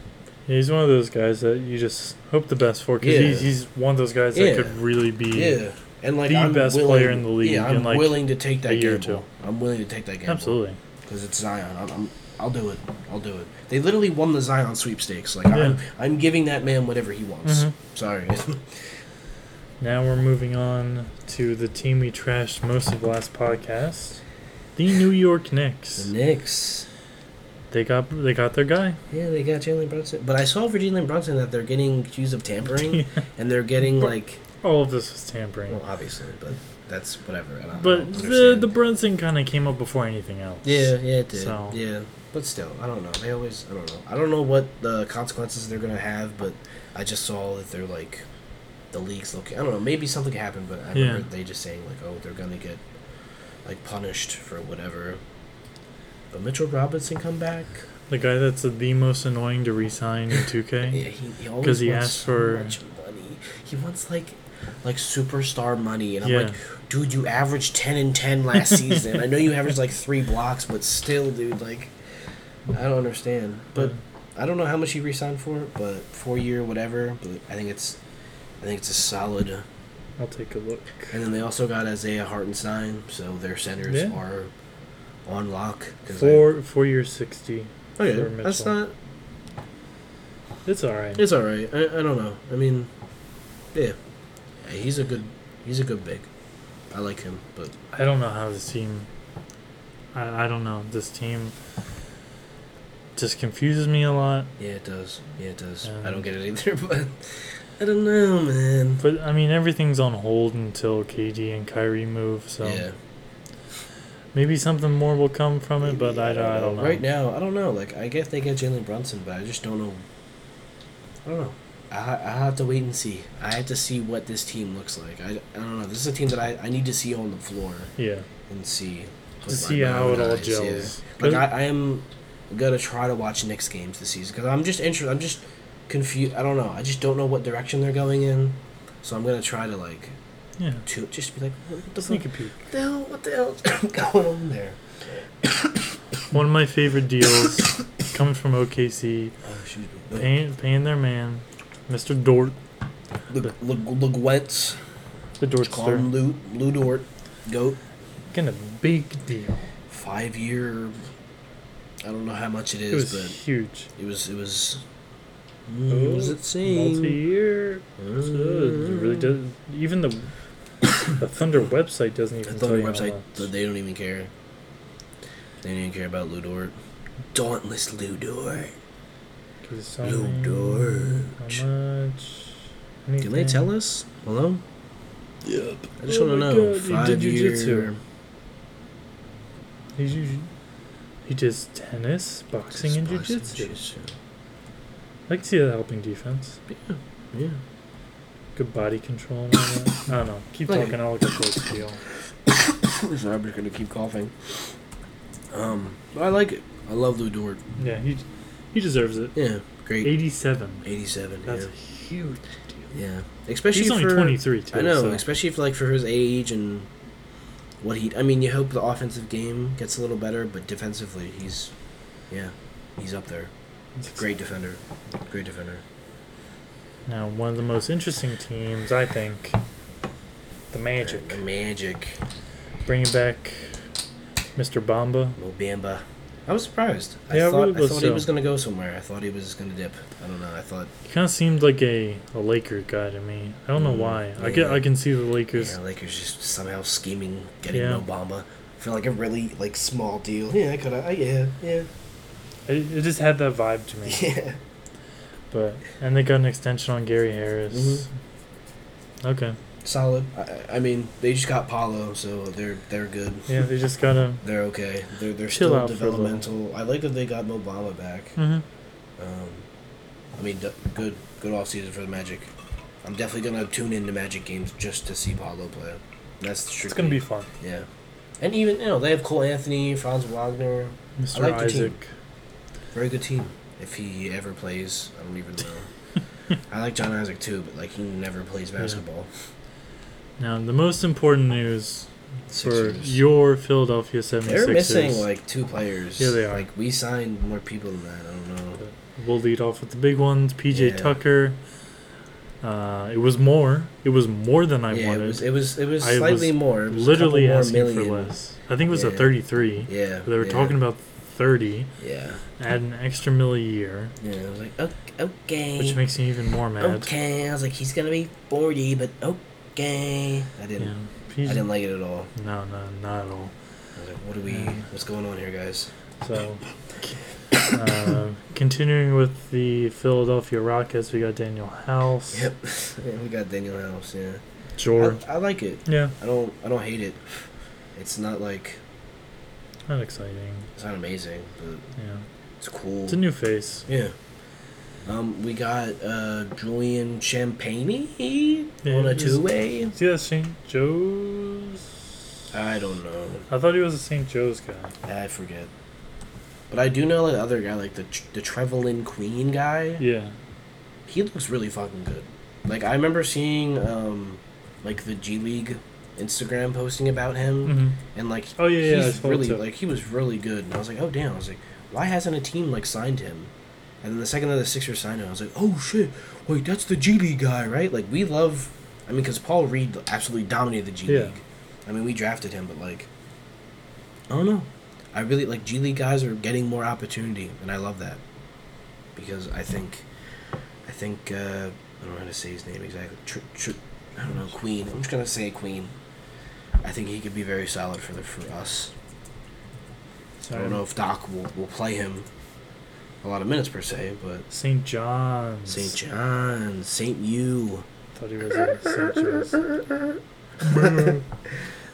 Speaker 2: Yeah, he's one of those guys that you just hope the best for because
Speaker 1: Yeah.
Speaker 2: he's, he's one of those guys that
Speaker 1: Yeah.
Speaker 2: could really be.
Speaker 1: yeah, and like
Speaker 2: The
Speaker 1: I'm
Speaker 2: best
Speaker 1: willing-
Speaker 2: player in the league
Speaker 1: Yeah, I'm
Speaker 2: in, like,
Speaker 1: willing to take that
Speaker 2: a year or
Speaker 1: gamble. I'm willing to take that gamble.
Speaker 2: Absolutely.
Speaker 1: because it's Zion. I'm, I'm, I'll do it. I'll do it. They literally won the Zion sweepstakes. Like
Speaker 2: Yeah.
Speaker 1: I'm, I'm giving that man whatever he wants.
Speaker 2: Mhm.
Speaker 1: Sorry. (laughs)
Speaker 2: Now we're moving on to the team we trashed most of the last podcast the New York
Speaker 1: the
Speaker 2: Knicks.
Speaker 1: Knicks.
Speaker 2: They got they got their guy.
Speaker 1: Yeah, they got Jalen Brunson. But I saw for Jalen Brunson that they're getting accused of tampering,
Speaker 2: Yeah.
Speaker 1: and they're getting like,
Speaker 2: (laughs) All of this was tampering.
Speaker 1: well, obviously, but that's whatever. I don't, I
Speaker 2: but
Speaker 1: don't
Speaker 2: the,
Speaker 1: understand.
Speaker 2: the Brunson kind of came up before anything else.
Speaker 1: yeah, yeah, it did.
Speaker 2: So-
Speaker 1: Yeah, but still, I don't know. They always, I don't know. I don't know what the consequences they're gonna have, but I just saw that they're like, the league's looking. I don't know. Maybe something happened, but I remember
Speaker 2: Yeah.
Speaker 1: they just saying like, oh, they're gonna get like punished for whatever. But Mitchell Robinson come back.
Speaker 2: The guy that's the most annoying to re-sign in
Speaker 1: (laughs)
Speaker 2: 2K.
Speaker 1: Yeah, he, he always
Speaker 2: 'Cause he
Speaker 1: wants
Speaker 2: asked
Speaker 1: so
Speaker 2: for-
Speaker 1: much money. He wants like like superstar money, and I'm
Speaker 2: Yeah.
Speaker 1: like, dude, you averaged ten and ten last season. I know you averaged like three blocks, but still, dude, like, I don't understand. But I don't know how much he re-signed for, but four year, whatever. But I think it's I think it's a solid. uh,
Speaker 2: I'll take a look.
Speaker 1: And then they also got Isaiah Hartenstein, so their centers
Speaker 2: Yeah.
Speaker 1: are on lock. 'cause I-
Speaker 2: Four four years sixty.
Speaker 1: okay,
Speaker 2: for
Speaker 1: that's
Speaker 2: Mitchell.
Speaker 1: not
Speaker 2: It's all right.
Speaker 1: It's all right. I, I don't know. I mean, yeah, Yeah, he's a good he's a good big. I like him, but
Speaker 2: I don't know how this team. I, I don't know this team. Just confuses me a lot.
Speaker 1: yeah, it does. Yeah, it does.
Speaker 2: Um,
Speaker 1: I don't get it either, (laughs) but I don't know, man.
Speaker 2: But I mean everything's on hold until KD and Kyrie move. So
Speaker 1: yeah,
Speaker 2: maybe something more will come from it. But I, I don't know.
Speaker 1: Right now, I don't know. Like, I guess they get Jalen Brunson, but I just don't know. I don't know. I I have to wait and see. I have to see what this team looks like. I, I don't know. This is a team that I, I need to see on the floor
Speaker 2: Yeah.
Speaker 1: and see.
Speaker 2: To
Speaker 1: with
Speaker 2: see
Speaker 1: my
Speaker 2: how it
Speaker 1: own
Speaker 2: all
Speaker 1: eyes, yeah.
Speaker 2: gels.
Speaker 1: Like I, I am gonna try to watch Knicks games this season because I'm just interested. I'm just confused. I don't know. I just don't know what direction they're going in. So I'm gonna try to like
Speaker 2: yeah.
Speaker 1: to just be like, what the fuck?
Speaker 2: Sneak a peek.
Speaker 1: What the hell? What the (coughs) hell's going on there?
Speaker 2: One of my favorite deals (coughs) coming from OKC.
Speaker 1: Oh, excuse me. No,
Speaker 2: Paying paying their man, Mr. Dort.
Speaker 1: Lug- Lug- Lugwentz,
Speaker 2: The
Speaker 1: call
Speaker 2: Dortster.
Speaker 1: him Lou Lou Dort, goat.
Speaker 2: Getting a big deal.
Speaker 1: Five year. I don't know how much it
Speaker 2: It
Speaker 1: is,
Speaker 2: was Oh, huge.
Speaker 1: but it was it was. Mm, what was it Mm. saying?
Speaker 2: Multi-year. So, it really does. Even the (coughs) the Thunder website doesn't
Speaker 1: I
Speaker 2: even
Speaker 1: thought
Speaker 2: tell
Speaker 1: the
Speaker 2: you
Speaker 1: website
Speaker 2: how
Speaker 1: th- they don't even care. They don't even care about Ludor. Dauntless Ludor.
Speaker 2: much. 'Cause so
Speaker 1: Lou
Speaker 2: many-
Speaker 1: Dort.
Speaker 2: How much?
Speaker 1: Can they tell us? Hello? Yep. I just
Speaker 2: Oh my
Speaker 1: want to know.
Speaker 2: God, he did
Speaker 1: Five
Speaker 2: jujitsu.
Speaker 1: year.
Speaker 2: He's usually, he does tennis, boxing, and
Speaker 1: Boxing,
Speaker 2: jiu-jitsu.
Speaker 1: jiu-jitsu.
Speaker 2: I can see that helping defense.
Speaker 1: Yeah. Yeah.
Speaker 2: Good body control. And all that. I don't know. Keep
Speaker 1: Okay.
Speaker 2: talking. I'll look at this deal.
Speaker 1: Sorry, I'm just going to keep coughing. Um, but I like it. I love Ludor.
Speaker 2: Yeah, he he deserves it.
Speaker 1: Yeah. Great.
Speaker 2: Eighty-seven.
Speaker 1: 87.
Speaker 2: That's
Speaker 1: yeah.
Speaker 2: a huge deal.
Speaker 1: Yeah. Especially
Speaker 2: He's only
Speaker 1: for,
Speaker 2: twenty-three too.
Speaker 1: I know,
Speaker 2: so-
Speaker 1: especially if like for his age and what he. I mean, you hope the offensive game gets a little better, but defensively, he's, yeah, he's up there. Great defender, great defender.
Speaker 2: Now, one of the most interesting teams, I think, the Magic.
Speaker 1: The Uh, Magic,
Speaker 2: Bringing back Mr. Bamba.
Speaker 1: Mobamba. I was surprised. I
Speaker 2: Yeah, I
Speaker 1: thought,
Speaker 2: really
Speaker 1: I
Speaker 2: was
Speaker 1: thought
Speaker 2: too.
Speaker 1: he was gonna go somewhere. I thought he was gonna dip. I don't know. I thought
Speaker 2: He kind of seemed like a, a Laker guy to me. I don't know
Speaker 1: Mm,
Speaker 2: why. I, can,
Speaker 1: yeah.
Speaker 2: I can see the
Speaker 1: yeah,
Speaker 2: Lakers.
Speaker 1: Lakers just somehow scheming getting
Speaker 2: Yeah.
Speaker 1: Mobamba for like a really like small deal. Yeah, I could. have Yeah, yeah,
Speaker 2: It, it just had that vibe to me.
Speaker 1: (laughs) yeah. Mm-hmm.
Speaker 2: But and they got an extension on Gary Harris. Okay.
Speaker 1: Solid. I, I mean, they just got Paulo, so they're they're good.
Speaker 2: Yeah, they just gotta.
Speaker 1: They're okay. They're they're
Speaker 2: Chill
Speaker 1: still
Speaker 2: out for a little.
Speaker 1: developmental. I like that they got Mobama back.
Speaker 2: hmm
Speaker 1: Um, I mean, d- good good off season for the Magic. I'm definitely gonna tune into Magic games just to see Paulo play. That's
Speaker 2: It's gonna be fun.
Speaker 1: strictly- yeah. And even you know they have Cole Anthony, Franz Wagner,
Speaker 2: Mr.
Speaker 1: like the team.
Speaker 2: Isaac.
Speaker 1: very good team. If he ever plays, I don't even know.
Speaker 2: (laughs)
Speaker 1: I like John Isaac too, but like he never plays
Speaker 2: Yeah.
Speaker 1: basketball.
Speaker 2: Now, the most important news for
Speaker 1: Sixers.
Speaker 2: your Philadelphia 76ers.
Speaker 1: They're missing like two players.
Speaker 2: Yeah, they are.
Speaker 1: Like we signed more people than that. I don't know.
Speaker 2: We'll lead off with the big ones. PJ
Speaker 1: Yeah.
Speaker 2: Tucker. Uh, it was more. It was more than I
Speaker 1: yeah,
Speaker 2: wanted.
Speaker 1: it was it was it was
Speaker 2: I
Speaker 1: slightly
Speaker 2: was
Speaker 1: more. It was a
Speaker 2: Literally
Speaker 1: couple more
Speaker 2: asking for
Speaker 1: million.
Speaker 2: less. I think it was a
Speaker 1: Yeah.
Speaker 2: 33.
Speaker 1: Yeah.
Speaker 2: They were
Speaker 1: yeah,
Speaker 2: talking about 30.
Speaker 1: Yeah.
Speaker 2: Add an extra mill a year,
Speaker 1: Yeah. I was like, "Ok- okay.
Speaker 2: which makes me even more mad.
Speaker 1: Mm. okay. I was like, he's gonna be forty, but okay. I
Speaker 2: Yeah,
Speaker 1: didn't. I
Speaker 2: PJ
Speaker 1: didn't like it at all.
Speaker 2: No, no, not at all.
Speaker 1: I was like, what do we?
Speaker 2: Yeah.
Speaker 1: What's going on here, guys? (laughs)
Speaker 2: So, uh, continuing with the Philadelphia Rockets, we got Daniel House.
Speaker 1: Yep. yeah, we got Daniel House. Yeah.
Speaker 2: Jor.
Speaker 1: I, I like it.
Speaker 2: yeah,
Speaker 1: I don't. I don't hate it. It's not like
Speaker 2: not exciting.
Speaker 1: it's not amazing, but
Speaker 2: Yeah,
Speaker 1: it's cool.
Speaker 2: it's a new face.
Speaker 1: Yeah. Um, we got uh, Julian Champagne on a
Speaker 2: he's-
Speaker 1: two way.
Speaker 2: Is he that St. Joe's?
Speaker 1: I don't know.
Speaker 2: I thought he was a St. Joe's guy.
Speaker 1: I forget. But I do know that other guy, like the the Trevelyn Queen guy.
Speaker 2: Yeah.
Speaker 1: He looks really fucking good. Like I remember seeing um, like the G League Instagram posting about him,
Speaker 2: hmm
Speaker 1: and like
Speaker 2: Oh yeah, yeah. I
Speaker 1: he's
Speaker 2: saw it
Speaker 1: really
Speaker 2: too.
Speaker 1: like he was really good, and I was like, oh damn, I was like, why hasn't a team like signed him? And then the second that the Sixers signed him, I was like, oh shit, wait, that's the G League guy, right? Like we love, I mean, because Paul Reed absolutely dominated the G
Speaker 2: Yeah.
Speaker 1: League. I mean, we drafted him, but like, I don't know. I really like G League guys are getting more opportunity, and I love that because I think, I think uh, I don't know how to say his name exactly. Tr- tr- I don't know Queen. I'm just gonna say Queen. I think he could be very solid for the for us. I don't know if Doc will, will play him a lot of minutes per se, but
Speaker 2: St. John's.
Speaker 1: St. John, St. U,
Speaker 2: Thought he was a St. Joe's.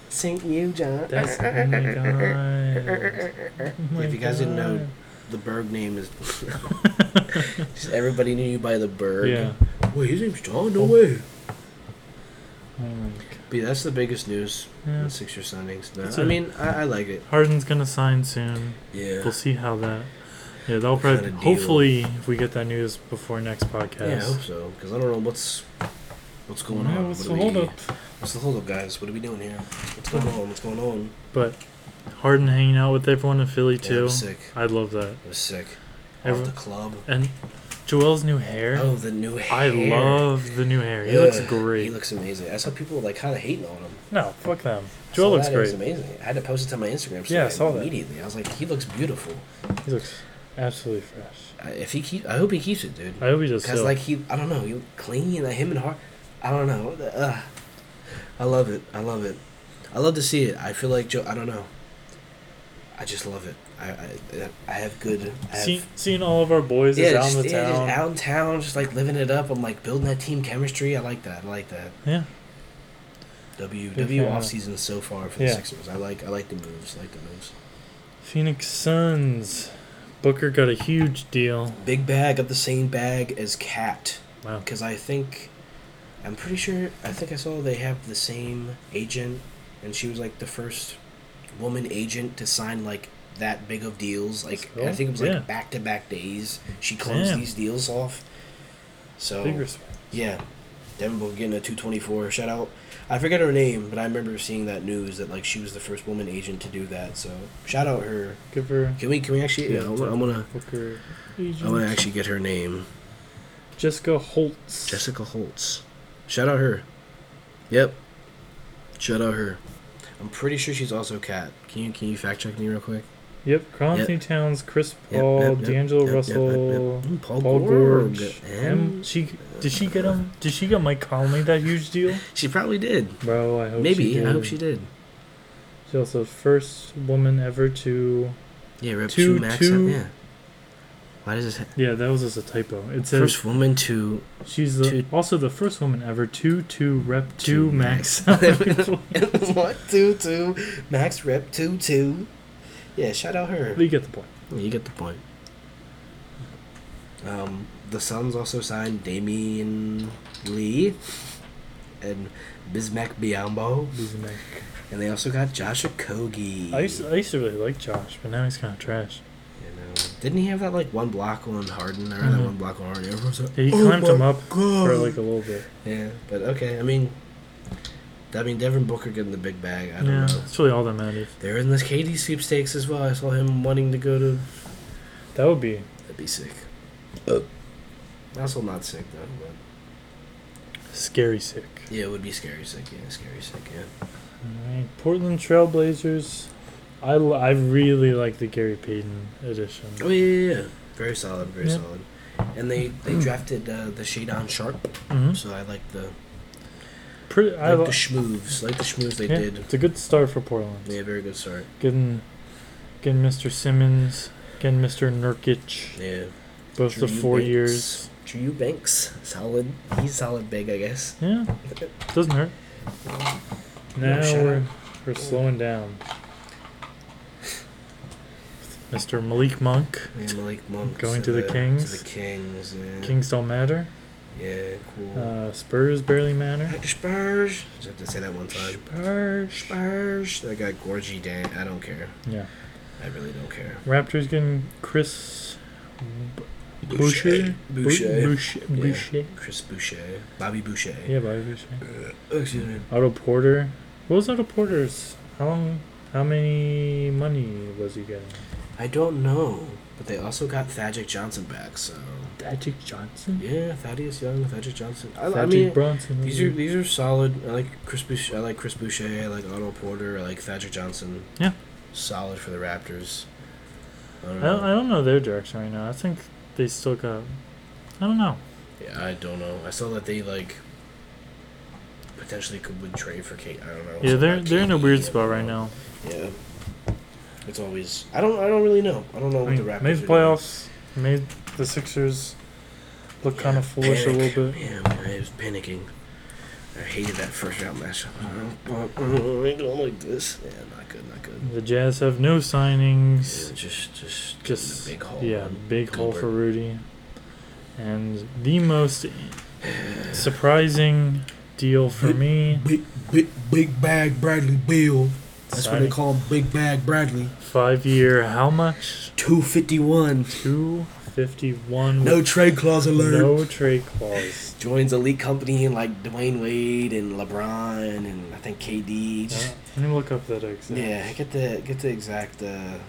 Speaker 1: St. U John.
Speaker 2: That's (laughs) oh my god. Oh my
Speaker 1: If you guys didn't know,
Speaker 2: God.
Speaker 1: the Berg name is. (laughs) Just everybody knew you by the Berg.
Speaker 2: yeah.
Speaker 1: Wait, his name's John? No way.
Speaker 2: Oh my
Speaker 1: But yeah, that's the biggest news
Speaker 2: Yeah.
Speaker 1: in Sixer signings. No,
Speaker 2: That's
Speaker 1: I
Speaker 2: it.
Speaker 1: mean, I, I like it.
Speaker 2: Harden's gonna sign soon.
Speaker 1: Yeah.
Speaker 2: We'll see how that. Yeah, that'll
Speaker 1: What
Speaker 2: probably.
Speaker 1: kind of deal?
Speaker 2: Hopefully, if we get that news before next podcast.
Speaker 1: Yeah, I hope so. Because I don't know what's what's going
Speaker 2: Yeah,
Speaker 1: on.
Speaker 2: what's
Speaker 1: What
Speaker 2: the
Speaker 1: are we-
Speaker 2: holdup?
Speaker 1: What's the holdup, guys? What are we doing here? What's going on? What's going on?
Speaker 2: But Harden hanging out with everyone in Philly
Speaker 1: Yeah, it
Speaker 2: too.
Speaker 1: was sick.
Speaker 2: I'd love that.
Speaker 1: It was sick. Off
Speaker 2: Every-
Speaker 1: the club.
Speaker 2: and Joel's new hair.
Speaker 1: Oh, the new hair.
Speaker 2: I love the new hair. He
Speaker 1: Yeah,
Speaker 2: looks great.
Speaker 1: He looks amazing. I saw people like kind of hating on him.
Speaker 2: no, fuck them.
Speaker 1: I
Speaker 2: Joel
Speaker 1: saw
Speaker 2: looks
Speaker 1: that, It was
Speaker 2: great.
Speaker 1: amazing. I had to post it to my Instagram.
Speaker 2: Yeah, I
Speaker 1: story
Speaker 2: saw that.
Speaker 1: immediately. I was like, he looks beautiful.
Speaker 2: He looks absolutely fresh.
Speaker 1: I, if he keep, I hope he keeps it, dude.
Speaker 2: I hope he does.
Speaker 1: Because
Speaker 2: still.
Speaker 1: like he, I don't know, he clingy and like, him and Har, I don't know. Uh, I love it. I love it. I love to see it. I feel like Joe. I don't know. I just love it. I I, I have good. I have,
Speaker 2: See, seeing all of our boys
Speaker 1: yeah,
Speaker 2: is out
Speaker 1: just,
Speaker 2: in the
Speaker 1: yeah,
Speaker 2: town.
Speaker 1: just out in town, just like living it up. I'm like building that team chemistry. I like that. I like that.
Speaker 2: Yeah.
Speaker 1: W
Speaker 2: Big
Speaker 1: W
Speaker 2: fan.
Speaker 1: off season so far for the
Speaker 2: Yeah.
Speaker 1: Sixers. I like I like the moves. I like the moves.
Speaker 2: Phoenix Suns. Booker got a huge deal.
Speaker 1: Big bag of the same bag as Cat.
Speaker 2: Wow.
Speaker 1: because I think I'm pretty sure I think I saw they have the same agent, and she was like the first woman agent to sign like that big of deals. Like I think it was
Speaker 2: Yeah.
Speaker 1: like back to back days. She closed
Speaker 2: Damn.
Speaker 1: these deals off. So
Speaker 2: Big respect.
Speaker 1: yeah, Devin Booker getting a 224 shout out. I forget her name, but I remember seeing that news that like she was the first woman agent to do that. So shout out her.
Speaker 2: Give her
Speaker 1: Can we can we actually? Yeah, I wanna- I wanna
Speaker 2: Booker.
Speaker 1: I wanna actually get her name.
Speaker 2: Jessica Holtz.
Speaker 1: Jessica Holtz. Shout out her. Yep. Shout out her. I'm pretty sure she's also cat. Can you can you fact check me real quick?
Speaker 2: Yep. Karl
Speaker 1: Yep.
Speaker 2: Anthony Towns, Chris
Speaker 1: Yep,
Speaker 2: Paul,
Speaker 1: yep, yep,
Speaker 2: Oh, D'Angelo
Speaker 1: yep, yep,
Speaker 2: Russell,
Speaker 1: yep, yep. Mm, Paul,
Speaker 2: Paul
Speaker 1: George.
Speaker 2: George. Em-
Speaker 1: And
Speaker 2: She did she get him? Did she get Mike Conley that huge deal?
Speaker 1: she probably did.
Speaker 2: Bro, I hope
Speaker 1: Maybe.
Speaker 2: She did.
Speaker 1: I hope she did.
Speaker 2: She also first woman ever to
Speaker 1: Yeah, rep
Speaker 2: Two-
Speaker 1: two, max
Speaker 2: two-
Speaker 1: yeah. Why does it?
Speaker 2: Yeah, that was just a typo. It says
Speaker 1: First woman to
Speaker 2: she's the,
Speaker 1: two-
Speaker 2: also the first woman ever to to rep two
Speaker 1: Two
Speaker 2: max. (laughs)
Speaker 1: (laughs) what two two max rep two two. Yeah, shout out her.
Speaker 2: you get the point.
Speaker 1: You get the point. Um, the Suns also signed Damian Lee and Bismack Biombo,
Speaker 2: He's a man.
Speaker 1: and they also got Josh Okogie.
Speaker 2: I used, to, I used to really like Josh, but now he's kind of trash.
Speaker 1: You know, didn't he have that like one block on Harden or that
Speaker 2: Mhm.
Speaker 1: one block on Harden? Everyone's like,
Speaker 2: Yeah, he
Speaker 1: "Oh
Speaker 2: climbed
Speaker 1: my
Speaker 2: him up
Speaker 1: God."
Speaker 2: for like a little bit.
Speaker 1: yeah, but okay. I mean, I mean Devin Booker getting the big bag. I don't
Speaker 2: yeah,
Speaker 1: know.
Speaker 2: that's really all that matters.
Speaker 1: They're in this KD sweepstakes as well. I saw him wanting to go to.
Speaker 2: That would be
Speaker 1: That'd be sick. Also not sick though. But.
Speaker 2: scary sick.
Speaker 1: Yeah, it would be scary sick. Yeah, scary sick. Yeah.
Speaker 2: Alright, Portland Trailblazers. I, l- I really like the Gary Payton edition.
Speaker 1: Oh yeah, yeah, yeah. Very solid. Very
Speaker 2: Yeah.
Speaker 1: solid. And they they drafted uh, the Shadon Sharp,
Speaker 2: hmm
Speaker 1: so I like the
Speaker 2: Pretty, I
Speaker 1: like
Speaker 2: li-
Speaker 1: the schmooves, like the schmooves they
Speaker 2: yeah,
Speaker 1: did.
Speaker 2: It's a good start for Portland.
Speaker 1: Yeah, very good start.
Speaker 2: Getting, getting Mr. Simmons, getting Mr. Nurkic,
Speaker 1: Yeah.
Speaker 2: both
Speaker 1: Drew
Speaker 2: the four
Speaker 1: Banks.
Speaker 2: years.
Speaker 1: Drew Banks, solid. He's solid big, I guess.
Speaker 2: Yeah, doesn't hurt. Now
Speaker 1: shut
Speaker 2: we're, we're slowing down. Mr. Malik Monk.
Speaker 1: And Malik Monk
Speaker 2: Going to the Kings.
Speaker 1: To the Kings. Yeah.
Speaker 2: Kings don't matter.
Speaker 1: Yeah, cool.
Speaker 2: Uh, Spurs barely matter.
Speaker 1: Back to Spurs. Just have to say that one time.
Speaker 2: Spurs.
Speaker 1: Spurs. They got Gorgie Dan. I don't care.
Speaker 2: Yeah.
Speaker 1: I really don't care.
Speaker 2: Raptors getting Chris B- Boucher. Bu-
Speaker 1: Boucher.
Speaker 2: Boucher.
Speaker 1: Yeah.
Speaker 2: Boucher.
Speaker 1: Chris Boucher, Bobby Boucher.
Speaker 2: Yeah, Bobby Boucher.
Speaker 1: Oh, excuse me.
Speaker 2: Otto Porter. What was Otto Porter's? How long? How many money was he getting?
Speaker 1: I don't know, but they also got Thagic Johnson back, so
Speaker 2: Magic Johnson.
Speaker 1: yeah, Thaddeus Young, Thagic Johnson. I, I
Speaker 2: Magic
Speaker 1: mean,
Speaker 2: Bronson.
Speaker 1: these are these are solid. I like Chris Boucher. I like Chris Boucher. I like Otto Porter. I like Thagic Johnson.
Speaker 2: Yeah.
Speaker 1: solid for the Raptors. I don't
Speaker 2: I
Speaker 1: know.
Speaker 2: don't, I don't know their direction right now. I think they still got. I don't know.
Speaker 1: yeah, I don't know. I saw that they like potentially could would trade for Kate. I don't know.
Speaker 2: Yeah,
Speaker 1: So
Speaker 2: they're
Speaker 1: that
Speaker 2: they're in a
Speaker 1: KD, I
Speaker 2: weird
Speaker 1: don't
Speaker 2: spot right
Speaker 1: know.
Speaker 2: now.
Speaker 1: Yeah. It's always I don't I don't really know. I don't know
Speaker 2: I
Speaker 1: what
Speaker 2: mean,
Speaker 1: the Raptors
Speaker 2: made
Speaker 1: are
Speaker 2: the
Speaker 1: doing.
Speaker 2: playoffs. Made the Sixers look kind of foolish a little bit.
Speaker 1: Yeah, I was panicking. I hated that first round matchup. I don't like this. Yeah, not good, not good.
Speaker 2: The Jazz have no
Speaker 1: Yeah,
Speaker 2: signings.
Speaker 1: just, just,
Speaker 2: Just
Speaker 1: a big hole.
Speaker 2: yeah,
Speaker 1: on
Speaker 2: big hole for
Speaker 1: Gilbert.
Speaker 2: Rudy. And the most surprising deal for
Speaker 1: (laughs)
Speaker 2: me.
Speaker 3: Big, big, big bag Bradley Bill. That's what they
Speaker 2: signing
Speaker 3: call him, Big Bag Bradley.
Speaker 2: Five year, how much?
Speaker 1: Two fifty one
Speaker 2: Two fifty one.
Speaker 3: No trade clause alert.
Speaker 2: no trade clause.
Speaker 1: joins elite company and like Dwayne Wade and LeBron and I think KD.
Speaker 2: Yeah,
Speaker 1: Just,
Speaker 2: Let me look up that exact.
Speaker 1: yeah, get the get the exact. Uh,
Speaker 2: No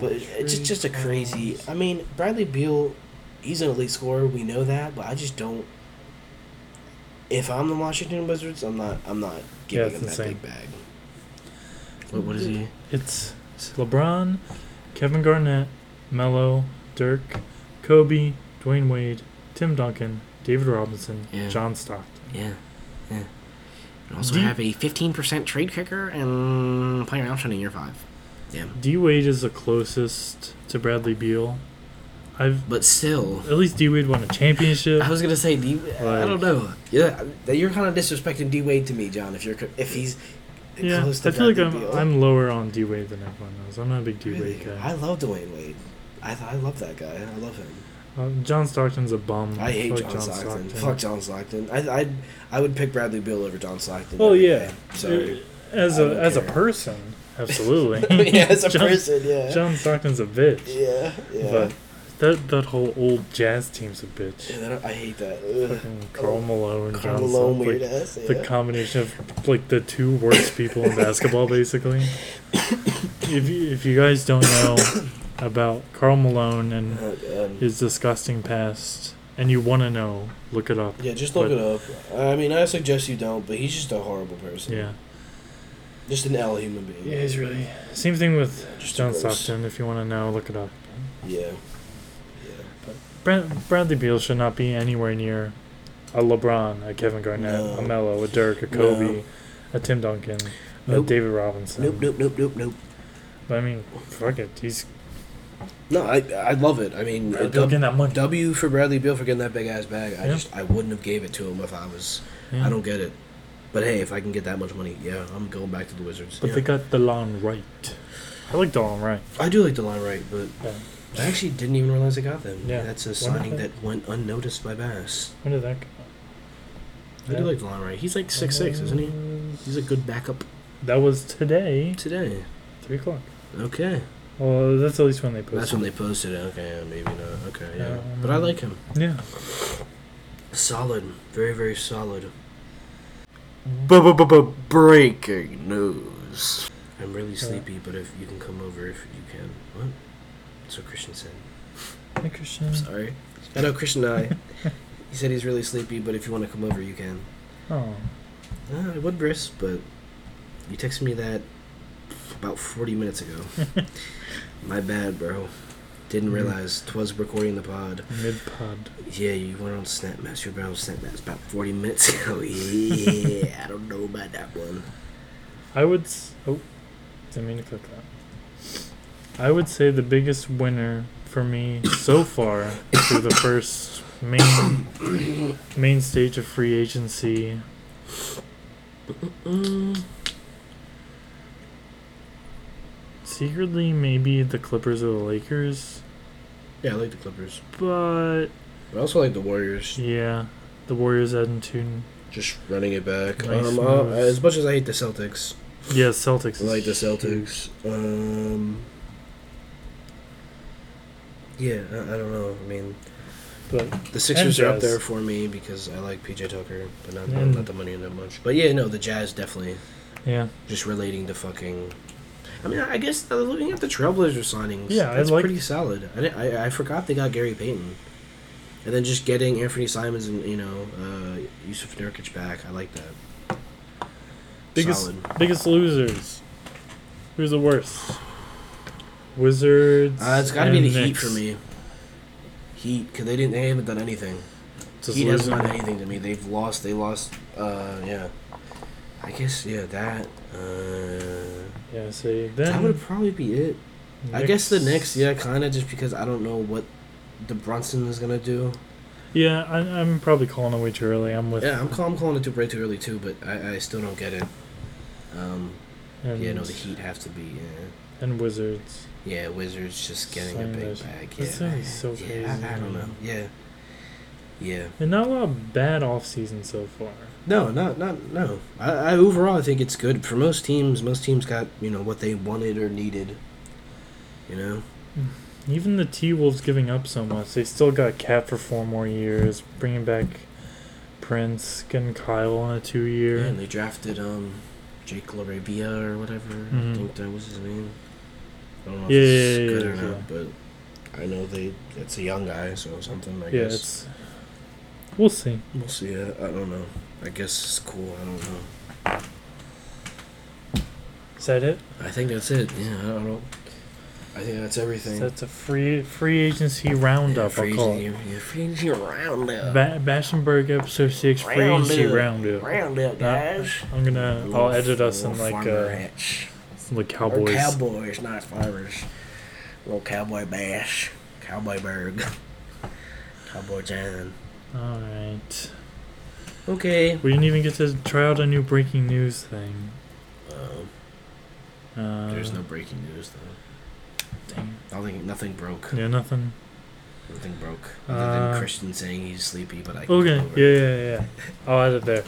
Speaker 1: But it- it's just, just a
Speaker 2: trade
Speaker 1: crazy. uh,
Speaker 2: clause.
Speaker 1: I mean, Bradley Beal, he's an elite scorer. We know that, but I just don't. If I'm the Washington Wizards, I'm not. I'm not
Speaker 2: Yeah,
Speaker 1: giving
Speaker 2: it's
Speaker 1: him that
Speaker 2: insane.
Speaker 1: big bag. What, what is he?
Speaker 2: It's LeBron, Kevin Garnett, Melo, Dirk, Kobe, Dwayne Wade, Tim Duncan, David Robinson,
Speaker 1: Yeah.
Speaker 2: John Stockton.
Speaker 1: Yeah, yeah. And also
Speaker 2: Do you-
Speaker 1: have a 15% trade kicker and player option in year five. Damn.
Speaker 2: D Wade is the closest to Bradley Beal. I've
Speaker 1: But still,
Speaker 2: at least D Wade won a
Speaker 1: (laughs)
Speaker 2: championship.
Speaker 1: I was gonna say D. I don't
Speaker 2: Like-
Speaker 1: know. Yeah, you're kind of disrespecting D Wade to me, John. If you're if he's
Speaker 2: yeah, I
Speaker 1: close to
Speaker 2: feel like I'm,
Speaker 1: Bradley Beal.
Speaker 2: I'm lower on D Wade than everyone else. I'm not a big D Wade
Speaker 1: Really? I
Speaker 2: guy.
Speaker 1: love Dwayne Wade. I, th- I love that guy. I love him.
Speaker 2: Um, John Stockton's a bum.
Speaker 1: I hate
Speaker 2: Mm-hmm. Fuck
Speaker 1: John, Stockton. Fuck John Stockton. I I I would pick Bradley Beal over John Stockton.
Speaker 2: Well,
Speaker 1: every
Speaker 2: yeah.
Speaker 1: day. Sorry. (laughs)
Speaker 2: As
Speaker 1: I
Speaker 2: a
Speaker 1: don't
Speaker 2: as a
Speaker 1: care.
Speaker 2: person, absolutely.
Speaker 1: (laughs) yeah, as a
Speaker 2: John-
Speaker 1: person, yeah.
Speaker 2: John Stockton's a bitch.
Speaker 1: yeah, yeah.
Speaker 2: But that that whole old jazz team's a
Speaker 1: Yeah,
Speaker 2: bitch.
Speaker 1: that- I hate that.
Speaker 2: Fucking Carl Malone,
Speaker 1: (laughs) Ugh.
Speaker 2: John
Speaker 1: Carl Oh, Malone,
Speaker 2: Stock-
Speaker 1: weird
Speaker 2: like,
Speaker 1: ass. Yeah.
Speaker 2: the combination of like the two worst people in basketball, basically. if you, if you guys don't know about Carl Malone and
Speaker 1: Oh, God.
Speaker 2: his disgusting past, and you want to know, look it up.
Speaker 1: yeah, just look
Speaker 2: but-
Speaker 1: it up. I mean, I suggest you don't, but he's just a horrible person.
Speaker 2: Yeah.
Speaker 1: Just an L human being.
Speaker 2: really. Same thing with
Speaker 1: Just
Speaker 2: John
Speaker 1: gross.
Speaker 2: Stockton. If you want to know, look it up.
Speaker 1: Yeah.
Speaker 2: Brad, Bradley Beal should not be anywhere near a LeBron, a Kevin Garnett,
Speaker 1: No.
Speaker 2: a Melo, a Dirk, a
Speaker 1: No.
Speaker 2: Kobe, a Tim Duncan,
Speaker 1: Nope.
Speaker 2: a David Robinson.
Speaker 1: Nope, nope, nope, nope, nope.
Speaker 2: But I mean, fuck it. He's
Speaker 1: No, I I love it. I mean,
Speaker 2: Bradley
Speaker 1: a
Speaker 2: Beal
Speaker 1: dub-
Speaker 2: getting that money.
Speaker 1: W E for Bradley Beal for getting that big ass bag. I
Speaker 2: Yeah.
Speaker 1: just I wouldn't have gave it to him if I was.
Speaker 2: Yeah.
Speaker 1: I don't get it. But hey, if I can get that much money, yeah, I'm going back to the Wizards.
Speaker 2: But
Speaker 1: Yeah.
Speaker 2: they got DeLon Wright. I like DeLon Wright.
Speaker 1: I do like the line right, but
Speaker 2: Yeah.
Speaker 1: I actually didn't even realize I got them.
Speaker 2: Yeah.
Speaker 1: Yeah, that's a
Speaker 2: Wonderful.
Speaker 1: signing that went unnoticed by Bass.
Speaker 2: When did that go?
Speaker 1: I do like the line right. He's like six six, isn't he? He's a good backup
Speaker 2: Uh, That was today,
Speaker 1: today.
Speaker 2: three o'clock.
Speaker 1: Okay,
Speaker 2: Well, that's at least when they posted.
Speaker 1: that's when they posted it. Okay, yeah, maybe not. Okay, yeah, but I
Speaker 2: Um,
Speaker 1: like him.
Speaker 2: Yeah.
Speaker 1: Solid, very very solid. Breaking news. I'm really
Speaker 2: Yeah.
Speaker 1: sleepy, but if you can come over, if you can. What? So Christian said.
Speaker 2: Hey, Christian.
Speaker 1: I'm sorry. I know Christian and I. he said he's really sleepy, but if you want to come over, you can.
Speaker 2: Oh,
Speaker 1: Uh, I would, Briss, but you texted me that about 40 minutes (laughs) ago. My bad, bro. Didn't
Speaker 2: Mhm.
Speaker 1: realize twas recording the pod.
Speaker 2: mid pod.
Speaker 1: Yeah, you went on SnapMaps. You were on SnapMaps about 40 minutes (laughs) ago. Yeah, I don't know about that one.
Speaker 2: I would. S- oh, didn't mean to click that. I would say the biggest winner for me so far through the first main main stage of free agency. Secretly, maybe the Clippers or the Lakers,
Speaker 1: Yeah, I like the Clippers.
Speaker 2: but
Speaker 1: But I also like the Warriors.
Speaker 2: yeah, the Warriors adding two.
Speaker 1: Just running it back.
Speaker 2: Nice
Speaker 1: um, uh,
Speaker 2: moves.
Speaker 1: as much as I hate the Celtics,
Speaker 2: Yeah, Celtics.
Speaker 1: I like the
Speaker 2: is huge.
Speaker 1: Celtics. Um, yeah, I, I don't know. I mean,
Speaker 2: But
Speaker 1: the Sixers are up
Speaker 2: Jazz. Mm.
Speaker 1: there for me because I like PJ Tucker, but not,
Speaker 2: And-
Speaker 1: not the money that much. But yeah, no, the Jazz definitely.
Speaker 2: yeah,
Speaker 1: Just relating to fucking. I mean, I guess uh, looking at the Trailblazer signings,
Speaker 2: Yeah, I
Speaker 1: that's
Speaker 2: like-
Speaker 1: pretty solid. I, di- I I forgot they got Gary Payton, and then just getting Anthony Simons and you know uh, Yusuf Nurkic back. I like that.
Speaker 2: biggest
Speaker 1: Solid.
Speaker 2: biggest losers. Who's the worst? Wizards.
Speaker 1: Uh, it's got to be
Speaker 2: and
Speaker 1: the Heat
Speaker 2: Knicks.
Speaker 1: for me. Heat, because they didn't. They haven't done anything.
Speaker 2: Just
Speaker 1: Heat hasn't
Speaker 2: losing.
Speaker 1: done anything to me. They've lost. They lost. Uh, yeah. I guess yeah. That. Uh,
Speaker 2: Yeah, see. Then
Speaker 1: that would probably be it. I guess the Knicks. Yeah, kind of just because I don't know what the Brunson is gonna do.
Speaker 2: Yeah, I, I'm probably calling it way too early. I'm with.
Speaker 1: Yeah, I'm, call, I'm calling it too bright too early too, but I, I still don't get it. Um,
Speaker 2: And,
Speaker 1: yeah, no, the Heat have to be. Yeah,
Speaker 2: and Wizards.
Speaker 1: yeah Wizards just getting a
Speaker 2: Same
Speaker 1: big
Speaker 2: as-
Speaker 1: bag. Yeah,
Speaker 2: this thing is so
Speaker 1: yeah, I- I,
Speaker 2: crazy,
Speaker 1: don't know.
Speaker 2: man.
Speaker 1: Yeah, yeah.
Speaker 2: And not a lot of bad off season so far.
Speaker 1: No, not not no. I, I overall I think it's good for most teams. Most teams got you know what they wanted or needed. You know,
Speaker 2: Even the T Wolves giving up so much, they still got Cat for four more years, bringing back Prince, getting Kyle on a two year.
Speaker 1: yeah, and they drafted um Jake Larabia or whatever. I
Speaker 2: Mhm.
Speaker 1: think that was his name. I don't know
Speaker 2: Yeah,
Speaker 1: if it's
Speaker 2: yeah, yeah,
Speaker 1: good
Speaker 2: yeah,
Speaker 1: or not, but I know they. It's a young guy, so something. I
Speaker 2: yeah,
Speaker 1: guess
Speaker 2: it's. We'll see.
Speaker 1: we'll see. Yeah, I don't know. I guess it's cool. I don't know.
Speaker 2: Is that it?
Speaker 1: I think that's it. Yeah, I don't know. I think that's everything.
Speaker 2: So that's a free free agency roundup.
Speaker 1: yeah,
Speaker 2: I'll call it.
Speaker 1: freezing, yeah, freezing round up.
Speaker 2: Ba- Bassenberg episode six free
Speaker 1: Round
Speaker 2: agency
Speaker 1: up.
Speaker 2: roundup.
Speaker 1: Round up,
Speaker 2: No, I'm gonna. I'll edit uh, us in like uh,
Speaker 1: ranch.
Speaker 2: the
Speaker 1: Or
Speaker 2: Cowboys.
Speaker 1: cowboys, not farmers. Little cowboy bash, cowboy berg, (laughs) cowboy John.
Speaker 2: All right.
Speaker 1: Okay.
Speaker 2: We didn't even get to try out a new breaking news thing.
Speaker 1: Um,
Speaker 2: Uh,
Speaker 1: there's no breaking news though.
Speaker 2: Dang.
Speaker 1: Nothing. Nothing broke.
Speaker 2: Yeah, nothing.
Speaker 1: Nothing broke. Other than
Speaker 2: Uh,
Speaker 1: Christian saying he's sleepy, but I can
Speaker 2: Okay.
Speaker 1: come over.
Speaker 2: Yeah, yeah, yeah. I'll edit there.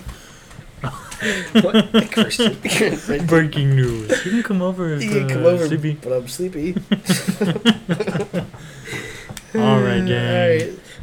Speaker 1: (laughs) what? (laughs) Christian.
Speaker 2: (laughs)
Speaker 1: Christian. (laughs)
Speaker 2: Breaking news. You can come over if
Speaker 1: You can
Speaker 2: uh,
Speaker 1: come over, (laughs)
Speaker 2: sleepy.
Speaker 1: but I'm sleepy.
Speaker 2: All right, gang.